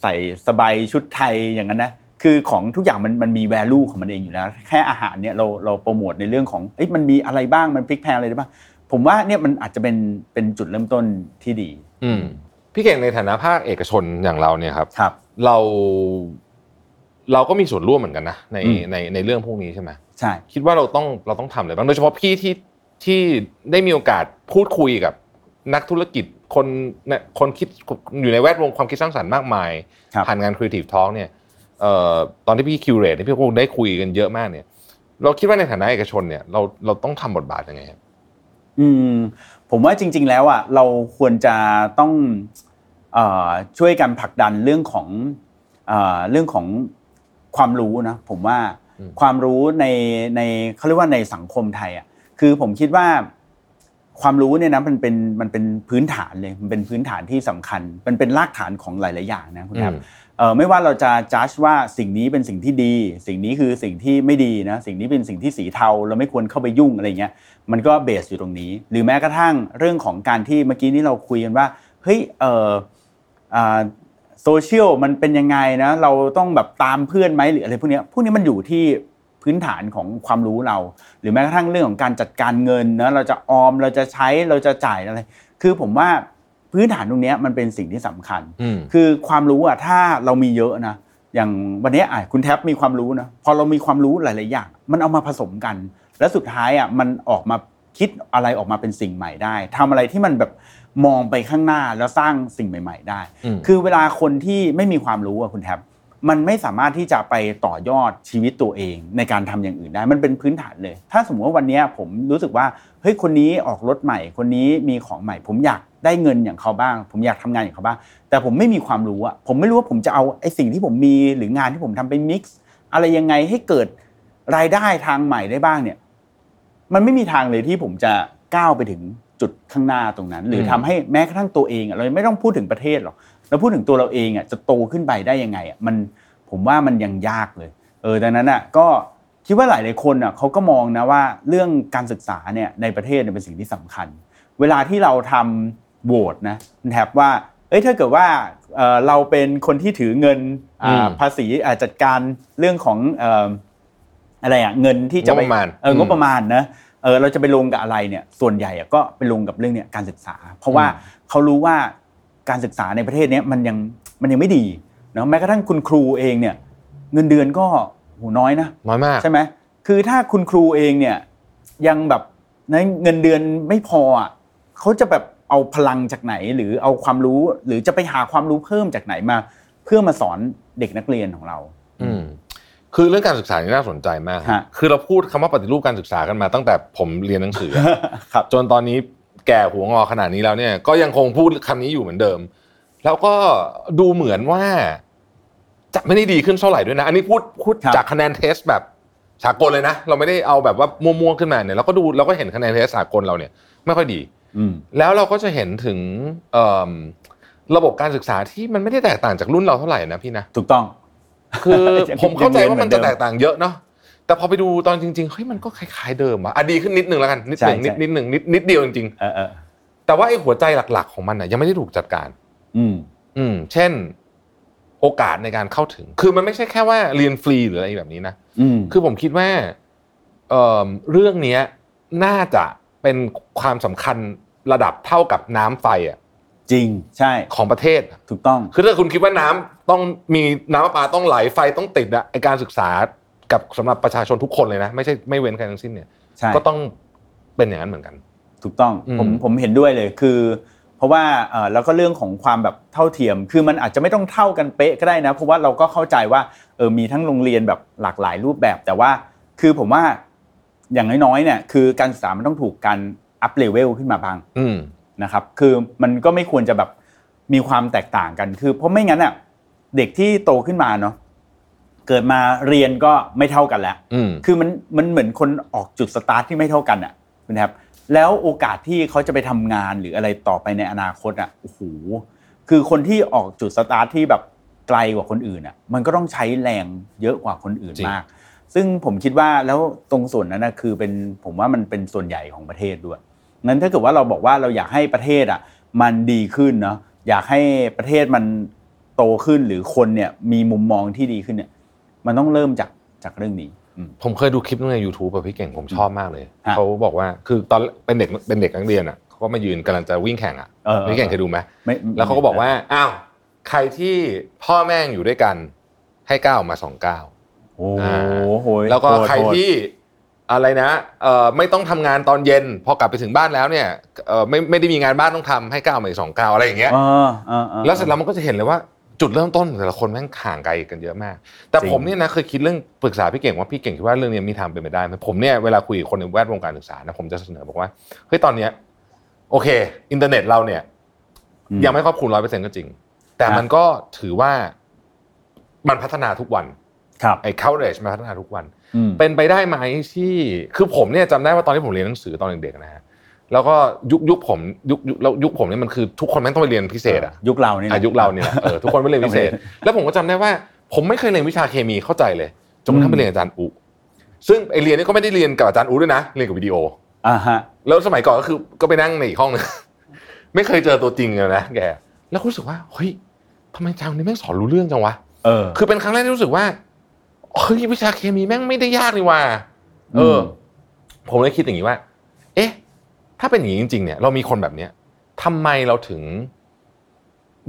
Speaker 2: ใส่สบายชุดไทยอย่างนั้นนะคือของทุกอย่างมันมันมีแวลูของมันเองอยู่แล้ว แค่อาหารเนี่ยเราเราโปรโมทในเรื่องของเอ้ยมันมีอะไรบ้างมันพลิกแพลงอะไรได้บ้างผมว่าเนี่ยมันอาจจะเป็นเป็นจุดเริ่มต้นที่ดี
Speaker 1: อืมพี่เก่งในฐานะภาคเอกชนอย่างเราเนี่ยครับ
Speaker 2: ครับ
Speaker 1: เราเราก็มีส่วนร่วมเหมือนกันนะใน
Speaker 2: อืม
Speaker 1: ในในเรื่องพวกนี้ใช่ไหม
Speaker 2: ใช่
Speaker 1: คิดว่าเราต้องเราต้องทำอะไรบ้างโดยเฉพาะพี่ที่ที่ได้มีโอกาสพูดคุยกับนักธุรกิจคนเนี่ยคนคิดอยู่ในแวดวงความคิดสร้างสรรค์มากมาย
Speaker 2: ครับ
Speaker 1: ผ่านงานครีเอทีฟท้องเนี่ยเอ่อตอนที่พี่คิวเรตที่พี่พวกได้คุยกันเยอะมากเนี่ย เราคิดว่าในฐานะเอกชนเนี่ยเราเราต้องทำบทบาทยังไงครับ
Speaker 2: อืมผมว่าจริง ๆ แล้วอ่ะเราควรจะต้องเอ่อช่วยกันผลักดันเรื่องของเอ่อเรื่องของความรู้นะผมว่า
Speaker 1: อืม
Speaker 2: ความรู้ในในเขาเรียกว่าในสังคมไทยอ่ะคือผมคิดว่าความรู้เนี่ยนะมันเป็นมันเป็นพื้นฐานเลยมันเป็นพื้นฐานที่สำคัญ มันเป็นรากฐานของหลาย ๆ อย่างนะคุณครับ เอ่อไม่ว่าเราจะจัดว่าสิ่งนี้เป็นสิ่งที่ดี สิ่งนี้คือสิ่งที่ไม่ดีนะสิ่งนี้เป็นสิ่งที่สีเทาเราไม่ควรเข้าไปยุ่งอะไรเงี้ยมันก็เบสอยู่ตรงนี้ หรือแม้กระทั่งเรื่องของการที่เมื่อกี้นี้เราคุยกันว่าเฮ้ยเอออ่าโซเชียลมันเป็นยังไงนะเราต้องแบบตามเพื่อนไหมหรืออะไรพวกเนี้ยพวกนี้มันอยู่ที่พื้นฐานของความรู้เรา หรือแม้กระทั่งเรื่องของการจัดการเงินนะเราจะออมเราจะใช้เราจะจ่ายอะไร คือผมว่าพื้นฐานตรงเนี้ยมันเป็นสิ่งที่สำคัญ
Speaker 1: อืม
Speaker 2: คือความรู้อะถ้าเรามีเยอะนะอย่างวันนี้อ่ะคุณแท็บมีความรู้นะพอเรามีความรู้หลาย ๆ อย่าง มันเอามาผสมกัน แล้วสุดท้ายอ่ะมันออกมาคิดอะไรออกมาเป็นสิ่งใหม่ได้ทำอะไรที่มันแบบมองไปข้างหน้าแล้วสร้างสิ่งใหม่ ๆ ได้
Speaker 1: อืม
Speaker 2: คือเวลาคนที่ไม่มีความรู้อะคุณแท็บมันไม่สามารถที่จะไปต่อยอดชีวิตตัวเองในการทำอย่างอื่นได้มันเป็นพื้นฐานเลย ถ้าสมมติว่าวันเนี้ยผมรู้สึกว่าเฮ้ยคนนี้ออกรถใหม่ คนนี้มีของใหม่ ผมอยากได้เงินอย่างเขาบ้าง ผมอยากทำงานอย่างเขาบ้าง แต่ผมไม่มีความรู้อะผมไม่รู้ว่าผมจะเอาไอ้สิ่งที่ผมมีหรืองานที่ผมทำไปมิกซ์อะไรยังไงให้เกิดรายได้ทางใหม่ได้บ้างเนี่ย มันไม่มีทางเลยที่ผมจะก้าวไปถึงจุดข้างหน้าตรงนั้น หรือ
Speaker 1: ม
Speaker 2: ทำให้แม้กระทั่งตัวเองอะเราไม่ต้องพูดถึงประเทศหรอกเราพูดถึงตัวเราเองอะจะโตขึ้นไปได้ยังไงอะมันผมว่ามันยังยากเลย เออดังนั้นอ่ะก็คิดว่าหลายๆคนอ่ะเขาก็มองนะว่าเรื่องการศึกษาเนี่ยในประเทศเนี่ยเป็นสิ่งที่สำคัญ เวลาที่เราทำโหวตนะคุณแทบว่า เอ้ยถ้าเกิดว่าเอ่อเราเป็นคนที่ถือเงินอ่า
Speaker 1: อืม
Speaker 2: ภาษีอ่าจัดการเรื่องของเอ่ออะไรอ่ะเงินที่จะไป
Speaker 1: งบประมาณ
Speaker 2: เออ
Speaker 1: ม
Speaker 2: งบประมาณนะเออเราจะไปลงกับอะไรเนี่ยส่วนใหญ่อะก็ไปลงกับเรื่องเนี่ยการศึกษา เพราะว่าเขารู้ว่าการศึกษาในประเทศเนี้ยมันยังมันยังไม่ดีเนาะแม้กระทั่งคุณครูเองเนี่ย เงินเดือนก็โหูน้อยนะ
Speaker 1: น้อยมาก
Speaker 2: ใช่ไหมคือถ้าคุณครูเองเนี่ยยังแบบนะเงินเดือนไม่พออ่ะเขาจะแบบเอาพลังจากไหน หรือเอาความรู้หรือจะไปหาความรู้เพิ่มจากไหนมา เ พื่อมาสอนเด็กนักเรียนของเรา
Speaker 1: อืมคือเรื่องการศึกษานี่น่าสนใจมาก
Speaker 2: ฮะ
Speaker 1: คือเราพูดคำว่าปฏิรูปการศึกษากันมาตั้งแต่ผมเรียนหนังสือ
Speaker 2: ครับ
Speaker 1: จนตอนนี้แก่หัวงอขนาดนี้แล้วเนี่ยก็ยังคงพูดคำนี้อยู่เหมือนเดิม แล้วก็ดูเหมือนว่า จะไม่ได้ดีขึ้นเท่าไหร่ด้วยนะ อันนี้พูดพูด
Speaker 2: ครับ
Speaker 1: จากคะแนนเทสแบบสากลเลยนะ เราไม่ได้เอาแบบว่ามั่วๆขึ้นมาเนี่ยเราก็ดูเราก็เห็นคะแนนเทสสากลเราเนี่ยไม่ค่อยดี
Speaker 2: อืม
Speaker 1: แล้วเราก็จะเห็นถึงเอิ่มระบบการศึกษาที่มันไม่ได้แตกต่างจากรุ่นเราเท่าไหร่นะพี่นะ
Speaker 2: ถูกต้อง
Speaker 1: คือ
Speaker 2: ยัง
Speaker 1: ผมเข้าใจ
Speaker 2: ยังเรียน
Speaker 1: ว่ามัน
Speaker 2: เหมื
Speaker 1: จะ
Speaker 2: อนเดิ
Speaker 1: แต
Speaker 2: ม
Speaker 1: กต่างเยอะเนาะแต่พอไปดูตอนจริงๆเฮ้ยมันก็คล้ายๆเดิมอะอ่ะดีขึ้นนิดนึงแล้วกันนิดหนึ่ง
Speaker 2: ใช่
Speaker 1: นิด
Speaker 2: ใช่
Speaker 1: นิดหนึ่งนิดนิดเดียวจริง
Speaker 2: เออเออ
Speaker 1: ๆแต่ว่าไอ้หัวใจหลักๆของมันอะยังไม่ได้ถูกจัดการ
Speaker 2: อืม
Speaker 1: อืม เช่น โอกาสในการเข้าถึง คือมันไม่ใช่แค่ว่าเรียนฟรีหรืออะไรแบบนี้นะ
Speaker 2: อืม
Speaker 1: คือผมคิดว่าเอ่อเรื่องเนี้ยน่าจะเป็นความสำคัญระดับเท่ากับน้ำไฟอะ
Speaker 2: จริง ใช่
Speaker 1: ของประเทศอะ
Speaker 2: ถูกต้อง
Speaker 1: คือถ้าคุณคิดว่าน้ำต้องมีน้ำประปาต้องไหลไฟต้องติดอะไอการศึกษากับสำหรับประชาชนทุกคนเลยนะ ไม่ใช่ไม่เว้นใครทั้งสิ้นเนี่ย
Speaker 2: ใช่
Speaker 1: ก็ต้องเป็นอย่างนั้นเหมือนกัน
Speaker 2: ถูกต้อง
Speaker 1: อืม
Speaker 2: ผมผมเห็นด้วยเลยคือ เพราะว่าเอ่อแล้วก็เรื่องของความแบบเท่าเทียม คือมันอาจจะไม่ต้องเท่ากันเป๊ะก็ได้นะเพราะว่าเราก็เข้าใจว่าเออมีทั้งโรงเรียนแบบหลากหลายรูปแบบ แต่ว่าคือผมว่าอย่างน้อยๆเนี่ยคือการศึกษามันต้องถูกการอัพเลเวลขึ้นมาบ้าง
Speaker 1: อืม
Speaker 2: นะครับคือมันก็ไม่ควรจะแบบมีความแตกต่างกันคือเพราะไม่งั้นอ่ะเด็กที่โตขึ้นมาเนาะเกิดมาเรียนก็ไม่เท่ากันแล้ว
Speaker 1: อืม
Speaker 2: คือมันมันเหมือนคนออกจุดสตาร์ทที่ไม่เท่ากันอ่ะนะครับแล้วโอกาสที่เขาจะไปทำงานหรืออะไรต่อไปในอนาคตอ่ะโอ้โหคือคนที่ออกจุดสตาร์ทที่แบบไกลกว่าคนอื่นอ่ะมันก็ต้องใช้แรงเยอะกว่าคนอื่น
Speaker 1: จริง
Speaker 2: มาก ซึ่งผมคิดว่าแล้วตรงส่วนนั้นนะคือเป็นผมว่ามันเป็นส่วนใหญ่ของประเทศด้วย นั้นถ้าเกิดว่าเราบอกว่าเราอยากให้ประเทศอ่ะมันดีขึ้นเนาะอยากให้ประเทศมันโตขึ้นหรือคนเนี่ยมีมุมมองที่ดีขึ้นเนี่ย มันต้องเริ่มจากจากเรื่องนี้อืม
Speaker 1: ผมเคยดูคลิปนึงใน YouTube อะพี่เก่งผมชอบมากเลย
Speaker 2: ฮะ
Speaker 1: เขาบอกว่าคือตอนเป็นเด็กเป็นเด็กนักเรียนอ่ะเขาก็มายืนกำลังจะวิ่งแข่งอ่ะ
Speaker 2: เออ
Speaker 1: พี่เก่งเคยดูไหม
Speaker 2: ไม่
Speaker 1: แล้วเขาก็บอกว่าอ้าวใครที่พ่อแม่งอยู่ด้วยกันให้ก้าวออกมาสองก้าว
Speaker 2: โอ้
Speaker 1: อ่
Speaker 2: โห
Speaker 1: แล้วก็
Speaker 2: โหด
Speaker 1: ใคร
Speaker 2: โหด
Speaker 1: ที่อะไรนะเอ่อไม่ต้องทำงานตอนเย็น พอกลับไปถึงบ้านแล้วเนี่ยเอ่อไม่ไม่ได้มีงานบ้านต้องทำให้ก้าวมาอีกสองก้าวอะไรอย่างเงี้ย
Speaker 2: เออเออออ
Speaker 1: แล้วเสร็จแล้วมันก็จะเห็นเลยว่าจุดเริ่มต้นของแต่ละคนแม่งห่างไกลกันเยอะมาก แต่
Speaker 2: จริง
Speaker 1: ผมเนี่ยนะเคยคิดเรื่องปรึกษาพี่เก่งว่าพี่เก่งคิดว่าเรื่องเนี้ยมีทางเป็นไปได้ไหมผมเนี่ยเวลาคุยกับคนในแวดวงการศึกษานะผมจะเสนอบอกว่าเฮ้ยตอนเนี้ยโอเค อินเทอร์เน็ตเราเนี่ย
Speaker 2: อื
Speaker 1: ยังไม่ครอบคลุมร้อยเปอร์เซ็นต์ก็จริง แต่
Speaker 2: ครับ
Speaker 1: มันก็ถือว่ามันพัฒนาทุกวัน
Speaker 2: ครับ
Speaker 1: ไอ้ coverage มันพัฒนาทุกวัน
Speaker 2: อืม
Speaker 1: เป็นไปได้ไหมที่คือผมเนี่ยจำได้ว่าตอนที่ผมเรียนหนังสือตอนเด็กๆนะฮะแล้วก็ยุคยุคผมยุคยุคแล้วยุคผมเนี่ยมันคือทุกคนแม่งต้องไปเรียนพิเศษอะ
Speaker 2: ยุคเรานี่แหละ
Speaker 1: อายุคเราเนี่ยแหละเออทุกคนไปเรียนพิเศษ แล้วผมก็จำได้ว่า ผมไม่เคยเรียนวิชาเคมีเข้าใจเลยจนกระทั่งไปเรียนกับอาจารย์อุซึ่งไอเรียนนี่ก็ไม่ได้เรียนกับอาจารย์อุด้วยนะเรียนกับวิดีโอ
Speaker 2: อ่าฮะ
Speaker 1: แล้วสมัยก่อนก็คือก็ไปนั่งในอีกห้องหนึง ไม่เคยเจอตัวจริงเลยนะแกแล้วก็รู้สึกว่าเฮ้ยทำไมอาจารย์คนนี้แม่งสอนรู้เรื่องจังวะ
Speaker 2: เออ
Speaker 1: คือเป็นครั้งแรกที่รู้สึกว่าเฮ้ยวิชาเคมีแม่งไม่ได้ยากนี่ว่า เออ
Speaker 2: ม
Speaker 1: ผมเลยคิดอย่างนี้ว่า เอ๊ะ ถ้าเป็นอย่างนี้จริง ๆ เนี่ย เรามีคนแบบเนี้ยทำไมเราถึง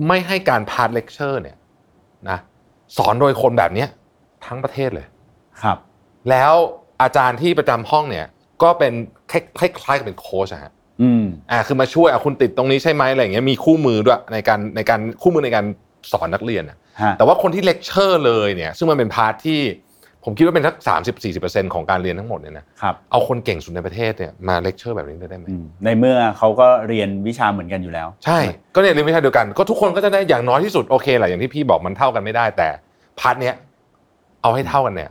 Speaker 1: ไม่ให้การพาร์ทเลคเชอร์เนี่ย นะสอนโดยคนแบบเนี้ยทั้งประเทศเลย
Speaker 2: ครับ
Speaker 1: แล้วอาจารย์ที่ประจำห้องเนี่ย ก็เป็นคล้ายคล้ายๆกับเป็นโค้ชอะฮะ
Speaker 2: อืม
Speaker 1: อ่าคือมาช่วยอ่ะคุณติดตรงนี้ใช่ไหมอะไรอย่างเงี้ยมีคู่มือด้วยในการในการคู่มือในการสอนนักเรียนอะ
Speaker 2: ฮะ
Speaker 1: แต่ว่าคนที่เลคเชอร์เลยเนี่ยซึ่งมันเป็นพาร์ทที่ผมคิดว่าเป็นสักสามสิบสี่สิบเปอร์เซ็นของการเรียนทั้งหมดเนี่ยนะครับ เอาคนเก่งสุดในประเทศเนี่ยมาเลคเชอร์แบบนี้ได้ไหม
Speaker 2: อืมในเมื่อเขาก็เรียนวิชาเหมือนกันอยู่แล้ว
Speaker 1: ใช่ ก็เนี่ยเรียนวิชาเดียวกันก็ทุกคนก็จะได้อย่างน้อยที่สุดโอเคแหละอย่างที่พี่บอกมันเท่ากันไม่ได้แต่พาร์ทเนี้ยเอาให้เท่ากันเนี่ย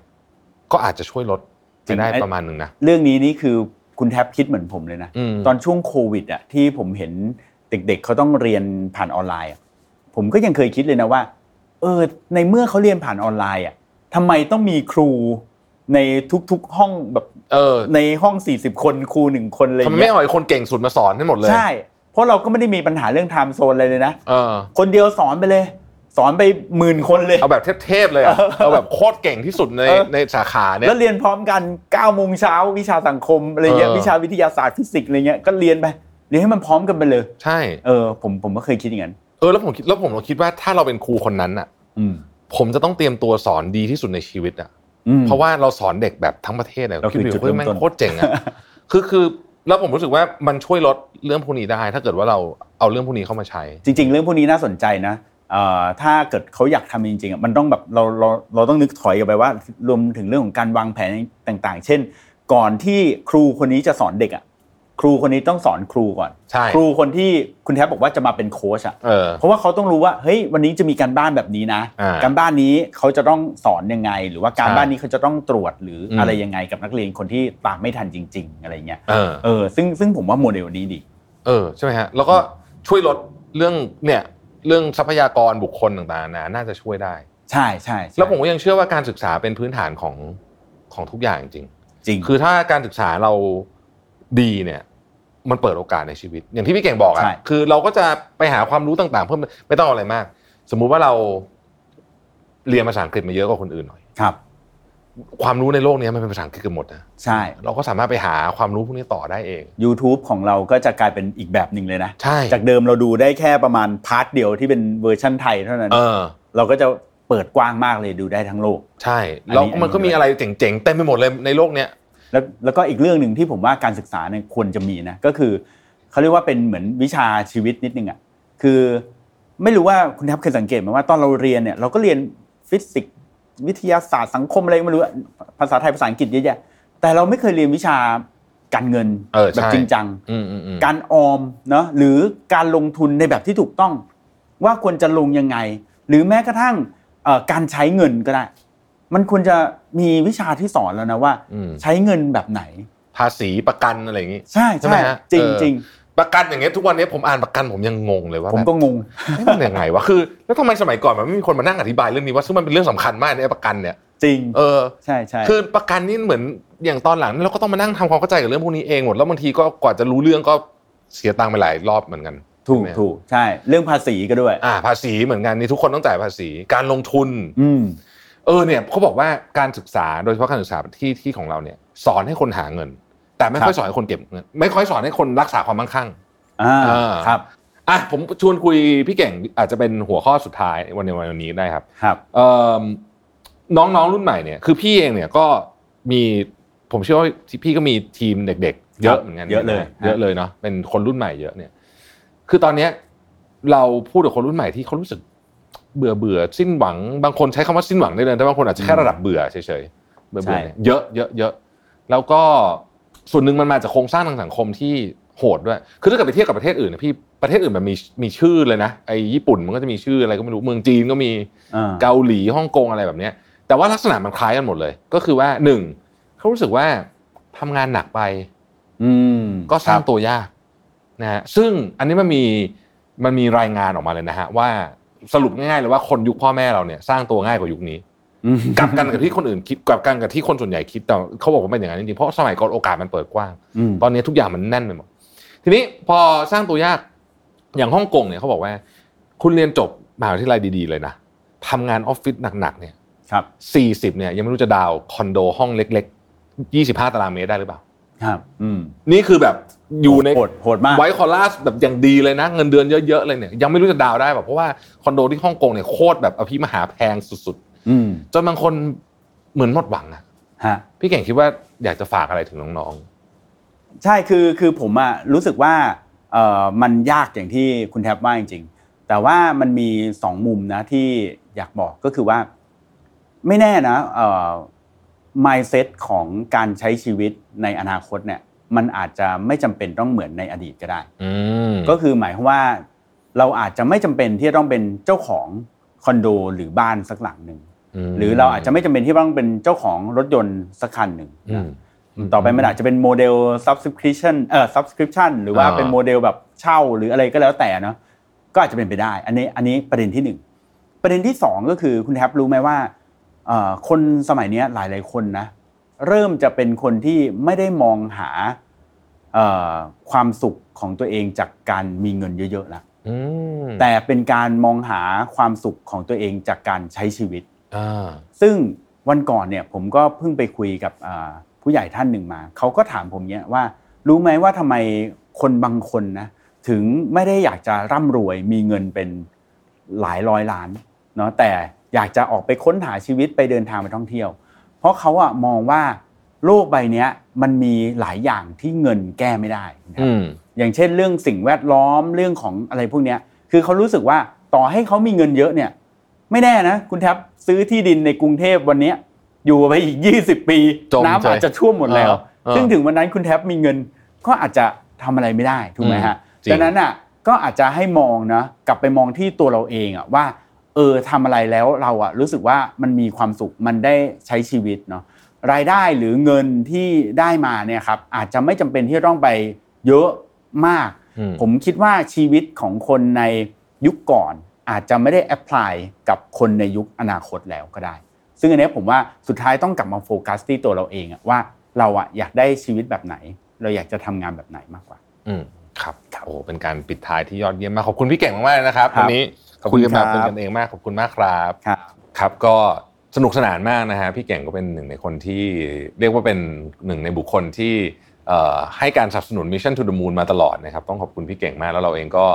Speaker 1: ก็อาจจะช่วยลดไปได้
Speaker 2: จริงไอ้
Speaker 1: ประมาณหนึ่งนะ
Speaker 2: เรื่องนี้นี่คือคุณแทบคิดเหมือนผมเลยนะ
Speaker 1: อืม
Speaker 2: ตอนช่วงโควิดอะที่ผมเห็นเด็กๆเขาต้องเรียนผ่านออนไลน์อะผมก็ยังเคยคิดเลยนะว่า เออในเมื่อเขาเรียนผ่านออนไลน์อะทำไมต้องมีครูในทุกๆห้องแบบ
Speaker 1: เออ
Speaker 2: ในห้อง 40 คนครูหนึ่งคนอะไรอ
Speaker 1: ทำไมไม่
Speaker 2: ย่างเงี้ย
Speaker 1: เอาไอ้คนเก่งสุดมาสอนให้หมดเลย
Speaker 2: ใช่ เพราะเราก็ไม่ได้มีปัญหาเรื่องไทม์โซนอะไรเลยนะ
Speaker 1: เออ
Speaker 2: คนเดียวสอนไปเลย สอนไปหมื่นคนเลย
Speaker 1: เอาแบบเทพๆเลย อะ
Speaker 2: เออ
Speaker 1: เอาแบบโคตรเก่งที่สุดใน
Speaker 2: เออ
Speaker 1: ในสาขาเนี่ย
Speaker 2: แล้วเรียนพร้อมกัน9โมงเช้าวิชาสังคมอะไรเงี้ย
Speaker 1: เออ
Speaker 2: วิชาวิทยาศาสตร์ฟิสิกส์อะไรเงี้ยก็เรียนไปเรียนให้มันพร้อมกันไปเลย
Speaker 1: ใช่
Speaker 2: เออผมผมก็เคยคิดอย่างนั้น
Speaker 1: เออแล้วผมคิดแล้วผมเราคิดว่าถ้าเราเป็นครูคนนั้นอะ
Speaker 2: อืม
Speaker 1: ผมจะต้องเตรียมตัวสอนดีที่สุดในชีวิตอ่ะ
Speaker 2: อืม
Speaker 1: เพราะว่าเราสอนเด็กแบบทั้งประเทศเลย
Speaker 2: เราคือ
Speaker 1: ดดู
Speaker 2: จุดเริ่
Speaker 1: เฮ้ย
Speaker 2: ม
Speaker 1: แม่ง
Speaker 2: ต้น
Speaker 1: โคตรเจ๋ง อ่ะ คือคือแล้วผมรู้สึกว่ามันช่วยลดเรื่องพวกนี้ได้ ถ้าเกิดว่าเราเอาเรื่องพวกนี้เข้ามาใช้
Speaker 2: จริง ๆ เรื่องพวกนี้น่าสนใจนะ เอ่อถ้าเกิดเขาอยากทำจริงๆอ่ะมันต้องแบบเราเราเราต้องนึกถอยกลับไปว่า รวมถึงเรื่องของการวางแผนต่าง ๆ เช่น ก่อนที่ครูคนนี้จะสอนเด็กอ่ะครูคนนี้ต้องสอนครูก่อน
Speaker 1: ใช่
Speaker 2: ครูคนที่คุณแทบบอกว่าจะมาเป็นโค้ชอ่ะ
Speaker 1: เออ
Speaker 2: เพราะว่าเขาต้องรู้ว่าเฮ้ยวันนี้จะมีการบ้านแบบนี้นะ
Speaker 1: อ่า
Speaker 2: การบ้านนี้เขาจะต้องสอนยังไง หรือว่าการ
Speaker 1: ใช่
Speaker 2: บ้านนี้เขาจะต้องตรวจหรือ
Speaker 1: อืม
Speaker 2: อะไรยังไงกับนักเรียนคนที่ตามไม่ทันจริง ๆ อะไรเงี้ย
Speaker 1: เออ
Speaker 2: เออซึ่งซึ่งผมว่าโมเดลนี้ดี
Speaker 1: เออใช่ไหมฮะแล้วก็ช่วยลดเรื่องเนี่ยเรื่องทรัพยากรบุคคลต่างๆนานาน่าจะช่วยได้
Speaker 2: ใช่ใช่ใช่
Speaker 1: แล้วผมก็ยังเชื่อว่าการศึกษาเป็นพื้นฐานของของทุกอย่างจริง
Speaker 2: จริง
Speaker 1: คือถ้าการศึกษาเราดีเนี่ย มันเปิดโอกาสในชีวิต อย่างที่พี่เก่งบอกอะ
Speaker 2: ใช่
Speaker 1: คือเราก็จะไปหาความรู้ต่างๆ เพิ่มไม่ต้องอะไรมาก สมมุติว่าเราเรียนภาษาอังกฤษมาเยอะกว่าคนอื่นหน่อย
Speaker 2: ครับ
Speaker 1: ความรู้ในโลกเนี้ยมันเป็นภาษาอังกฤษเกันหมดนะ
Speaker 2: ใช่
Speaker 1: เราก็สามารถไปหาความรู้พวกนี้ต่อได้เอง
Speaker 2: YouTube ของเราก็จะกลายเป็นอีกแบบหนึ่งเลยนะ
Speaker 1: ใช่
Speaker 2: จากเดิมเราดูได้แค่ประมาณพาร์ทเดียวที่เป็นเวอร์ชั่นไทยเท่านั้น
Speaker 1: เออ
Speaker 2: เราก็จะเปิดกว้างมากเลยดูได้ทั้งโลก
Speaker 1: ใช่
Speaker 2: อันนี้
Speaker 1: แล้วก็มันก็
Speaker 2: อันนี้
Speaker 1: มีอะไรเจ๋งๆเต็มไปหมดเลยในโลกเนี้ย
Speaker 2: แล้วแล้วก็อีกเรื่องหนึ่งที่ผมว่าการศึกษาเนี่ยควรจะมีนะก็คือเขาเรียกว่าเป็นเหมือนวิชาชีวิตนิดนึงอ่ะคือไม่รู้ว่าคุณทับเคยสังเกตไหมว่าตอนเราเรียนเนี่ยเราก็เรียนฟิสิกส์วิทยาศาสตร์สังคมอะไรก็ไม่รู้อะภาษาไทยภาษาอังกฤษเยอะแยะแต่เราไม่เคยเรียนวิชาการเงิน
Speaker 1: เออใช่
Speaker 2: แบบจริงจัง
Speaker 1: อืมอืมอืม
Speaker 2: การออมเนาะหรือการลงทุนในแบบที่ถูกต้อง ว่าควรจะลงยังไง หรือแม้กระทั่งเอ่อการใช้เงินก็ได้ มันควรจะมีวิชาที่สอนแล้วนะว่า
Speaker 1: อืม
Speaker 2: ใช้เงินแบบไหน
Speaker 1: ภาษีประกันอะไรอย่างงี้
Speaker 2: ใช่
Speaker 1: ใช่ไหม
Speaker 2: ใช่
Speaker 1: ฮะ
Speaker 2: จริง
Speaker 1: เออ
Speaker 2: จริง
Speaker 1: ประกันอย่างเงี้ยทุกวันเนี้ยผมอ่านประกันผมยังงงเลยว่า
Speaker 2: ผม
Speaker 1: แบบ
Speaker 2: ก็งง
Speaker 1: เอ๊ะมันยังไงวะ คือ แล้วทำไมสมัยก่อนมันไม่มีคนมานั่งอธิบายเรื่องนี้ว่าซึ่งมันเป็นเรื่องสำคัญมากในยประกันเนี่ย
Speaker 2: จริง
Speaker 1: เออ
Speaker 2: ใช่ใช่
Speaker 1: คือประกันนี่เหมือนอย่างตอนหลังเราก็ต้องมานั่งทำความเข้าใจกับเรื่องพวกนี้เองหมด แล้วบางทีก็กว่าจะรู้เรื่องก็เสียตังค์ไปหลายรอบเหมือนกัน
Speaker 2: ถูก
Speaker 1: ใช่ไหม
Speaker 2: ถูกใช่ เรื่องภาษีก็ด้วย
Speaker 1: อ่า ภาษีเหมือนกันนี่ทุกคนต้องจ่ายภาษี การลงทุน
Speaker 2: อืม
Speaker 1: เออเนี่ยเขาบอกว่าการศึกษาโดยเฉพาะการศึกษาที่ที่ของเราเนี่ย สอนให้คนหาเงิน แต่ไม่ค่อยสอนให้คนเก็บเงิน ไม่ค่อยสอนให้คนรักษาความมั่งคั่ง
Speaker 2: อ่า
Speaker 1: อ่า
Speaker 2: ครับ
Speaker 1: อ่ะผมชวนคุยพี่เก่งอาจจะเป็นหัวข้อสุดท้ายวันในวันนี้ได้ครับ
Speaker 2: ครับ
Speaker 1: เอิ่มน้องๆรุ่นใหม่เนี่ยคือพี่เองเนี่ยก็มีผมเชื่อว่าพี่ก็มีทีมเด็ก ๆ เยอะเหมือนกัน
Speaker 2: เยอะเลย
Speaker 1: เยอะเลยเนาะเป็นคนรุ่นใหม่เยอะเนี่ย คือตอนเนี้ยเราพูดกับคนรุ่นใหม่ที่เขารู้สึกเบื่อเบื่อๆสิ้นหวังบางคนใช้คำว่าสิ้นหวังได้เลยแต่บางคนอาจจะแค่ระดับเบื่อเฉยๆเบื่อเบื่อเนี่ยเยอะเยอะเยอะแล้วก็ส่วนหนึ่งมันมาจากโครงสร้างทางสังคมที่โหดด้วย คือถ้าเกิดไปเทียบกับประเทศอื่นเนยพี่ประเทศอื่นมันมีมีชื่อเลยนะไอ้ญี่ปุ่นมันก็จะมีชื่ออะไรก็ไม่รู้เมืองจีนก็มี
Speaker 2: อ่า
Speaker 1: เกาหลีฮ่องกงอะไรแบบเนี้ยแต่ว่าลักษณะมันคล้ายกันหมดเลย ก็คือว่าหนึ่งเขารู้สึกว่าทำงานหนักไป
Speaker 2: อืม
Speaker 1: ก็สร้าง
Speaker 2: คบ
Speaker 1: ตัวยากนะฮะซึ่งอันนี้มันมีมันมีรายงานออกมาเลยนะฮะว่าสรุปง่ายๆเลยว่าคนยุคพ่อแม่เราเนี่ยสร้างตัวง่ายกว่ายุคนี้
Speaker 2: อืม
Speaker 1: กลับกันกับที่คนอื่นคิดกลับกันกับที่คนส่วนใหญ่คิดแต่เขาบอกว่าเป็นอย่างนั้นจริงๆเพราะสมัยก่อนโอกาสมันเปิดกว้าง
Speaker 2: อืม
Speaker 1: ตอนนี้ทุกอย่างมันแน่นไปหมด ทีนี้พอสร้างตัวยากอย่างฮ่องกงเนี่ยเขาบอกว่า คุณเรียนจบมหาวิทยาลัยดีๆเลยนะทำงานออฟฟิศหนักๆเนี่ย
Speaker 2: ครับ
Speaker 1: สี่สิบเนี่ยยังไม่รู้จะดาวน์คอนโดห้องเล็กๆยี่สิบห้าตารางเมตรได้หรือเปล่า
Speaker 2: ครับ อืม
Speaker 1: นี่คือแบบอยู่ใน
Speaker 2: โหดโหดมาก
Speaker 1: ไวท์คอลล่าแบบอย่างดีเลยนะ เงินเดือนเยอะๆเลยเนี่ยยังไม่รู้จะดาวน์ได้แบบเพราะว่าคอนโดที่ฮ่องกงเนี่ยโคตรแบบอภิมหาแพงสุด
Speaker 2: อืม
Speaker 1: ๆ จนบางคนเหมือนหมดหวังอะ
Speaker 2: ฮะ
Speaker 1: พี่เก่งคิดว่าอยากจะฝากอะไรถึงน้อง
Speaker 2: ใช่คือคือผมอะรู้สึกว่าเอ่อมันยากอย่างที่คุณแทบว่าจริงๆ แต่ว่ามันมีสองมุมนะที่อยากบอกก็คือว่า ไม่แน่นะเอ่อ mindset ของการใช้ชีวิตในอนาคตเนี่ย มันอาจจะไม่จำเป็นต้องเหมือนในอดีตก็ได้
Speaker 1: ๆอืม
Speaker 2: ก็คือหมายความว่าเราอาจจะไม่จำเป็นที่จะต้องเป็นเจ้าของคอนโดหรือบ้านสักหลังหนึ่ง
Speaker 1: ม
Speaker 2: หรือเราอาจจะไม่จำเป็นที่ต้องเป็นเจ้าของรถยนต์สักคันหนึ่ง
Speaker 1: อื
Speaker 2: นะ
Speaker 1: ม
Speaker 2: ต่อไปมันอาจจะเป็นโมเดล subscription เอ่อ subscription หรือว่า
Speaker 1: อ่า
Speaker 2: เป็นโมเดลแบบเช่าหรืออะไรก็แล้วแต่เนาะก็อาจจะเป็นไปได้ อันนี้อันนี้ประเด็นที่หนึ่งประเด็นที่สองก็คือคุณแทบรู้ไหมว่าเอ่อคนสมัยเนี้ยหลายๆคนนะ เริ่มจะเป็นคนที่ไม่ได้มองหาเอ่อความสุขของตัวเองจากการมีเงินเยอะๆแล้ว
Speaker 1: อืม
Speaker 2: แต่เป็นการมองหาความสุขของตัวเองจากการใช้ชีวิต
Speaker 1: อ่า
Speaker 2: ซึ่งวันก่อนเนี่ยผมก็เพิ่งไปคุยกับอ่าผู้ใหญ่ท่านหนึ่งมา เขาก็ถามผมเนี่ยว่า รู้ไหมว่าทำไมคนบางคนนะถึงไม่ได้อยากจะร่ำรวยมีเงินเป็นหลายร้อยล้านเนาะแต่อยากจะออกไปค้นหาชีวิตไปเดินทางไปท่องเที่ยว เพราะเขาอะมองว่าโลกใบเนี้ยมันมีหลายอย่างที่เงินแก้ไม่ได้นะครับ
Speaker 1: อืม
Speaker 2: อย่างเช่นเรื่องสิ่งแวดล้อมเรื่องของอะไรพวกเนี้ย คือเขารู้สึกว่า ต่อให้เขามีเงินเยอะเนี่ย ไม่แน่นะ คุณแท็บซื้อที่ดินในกรุงเทพวันเนี้ยอยู่ไปอีก 20 ปี
Speaker 1: จม
Speaker 2: น้ำอาจจะท่วมหมดแล้ว
Speaker 1: เออ
Speaker 2: ซึ่งถึงวันนั้นคุณแท็บมีเงินก็อาจจะทำอะไรไม่ได้ถูกไหมฮะ
Speaker 1: จริง
Speaker 2: ดังนั้นอ่ะก็อาจจะให้มองนะกลับไปมองที่ตัวเราเองอ่ะว่า เออทำอะไรแล้วเราอ่ะรู้สึกว่ามันมีความสุขมันได้ใช้ชีวิตเนาะ รายได้หรือเงินที่ได้มาเนี่ยครับอาจจะไม่จำเป็นที่จะต้องไปเยอะมาก
Speaker 1: อืม
Speaker 2: ผมคิดว่าชีวิตของคนในยุคก่อน อาจจะไม่ได้แอพพลายกับคนในยุคอนาคตแล้วก็ได้ ซึ่งอันเนี้ยผมว่าสุดท้ายต้องกลับมาโฟกัสที่ตัวเราเองอะว่าเราอะอยากได้ชีวิตแบบไหน เราอยากจะทำงานแบบไหนมากกว่า
Speaker 1: อืมครับโอ้โหเป็นการปิดท้ายที่ยอดเยี่ยมมากขอบคุณพี่เก่งมากๆเลยนะครับ
Speaker 2: ครับ
Speaker 1: วันนี้
Speaker 2: ขอบคุ
Speaker 1: คุณ
Speaker 2: ณ
Speaker 1: กันแบบ
Speaker 2: ครับ
Speaker 1: เป็นกันเองมากขอบคุณมากครับ
Speaker 2: ครับ
Speaker 1: ครับก็สนุกสนานมากนะฮะพี่เก่งก็เป็นหนึ่งในคนที่เรียกว่าเป็นหนึ่งในบุคคลที่เอ่อให้การสนับสนุน Mission to the Moon มาตลอดนะครับต้องขอบคุณพี่เก่งมากแล้วเราเองก็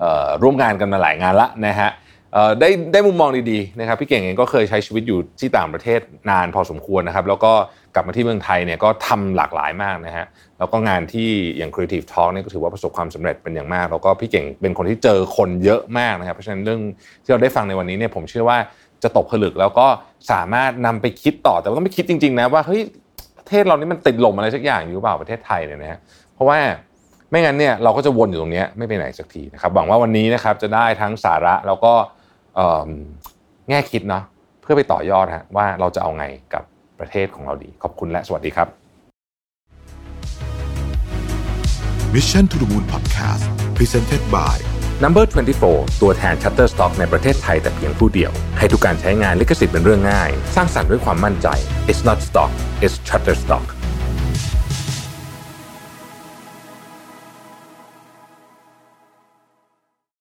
Speaker 1: เอ่อร่วมงานกันมาหลายงานละนะฮะเอ่อได้ได้มุมมองดีๆนะครับพี่เก่งเองก็เคยใช้ชีวิตอยู่ที่ต่างประเทศนานพอสมควรนะครับแล้วก็กลับมาที่เมืองไทยเนี่ยก็ทำหลากหลายมากนะฮะแล้วก็งานที่อย่าง Creative Talk เนี่ยก็ถือว่าประสบความสำเร็จเป็นอย่างมาก แล้วก็พี่เก่งเป็นคนที่เจอคนเยอะมากนะครับเพราะฉะนั้นเรื่องที่เราได้ฟังในวันนี้เนี่ยผมเชื่อว่า จะตกผลึกแล้วก็สามารถนำไปคิดต่อแต่ว่าก็ไม่คิดจริงๆนะว่าเฮ้ยประเทศเรานี่มันติดลมอะไรสักอย่างอยู่หรือเปล่าประเทศไทยเนี่ยนะฮะเพราะว่าไม่งั้นเนี่ยเราก็จะวนอยู่ตรงเนี้ยไม่ไปไหนสักทีนะครับหวังว่าวันนี้นะครับจะได้ทั้งสาระแล้วก็เอิ่มแง่คิดเนาะเพื่อไปต่อยอดฮะว่าเราจะเอาไงกับประเทศของเราดี ขอบคุณและสวัสดีครับ
Speaker 3: Mission to the Moon Podcast Presented by
Speaker 4: Number 24 ตัวแทน Shutterstock ในประเทศไทยแต่เพียงผู้เดียว ให้ทุกการใช้งานลิขสิทธิ์เป็นเรื่องง่าย สร้างสรรค์ด้วยความมั่นใจ It's not stock it's Shutterstock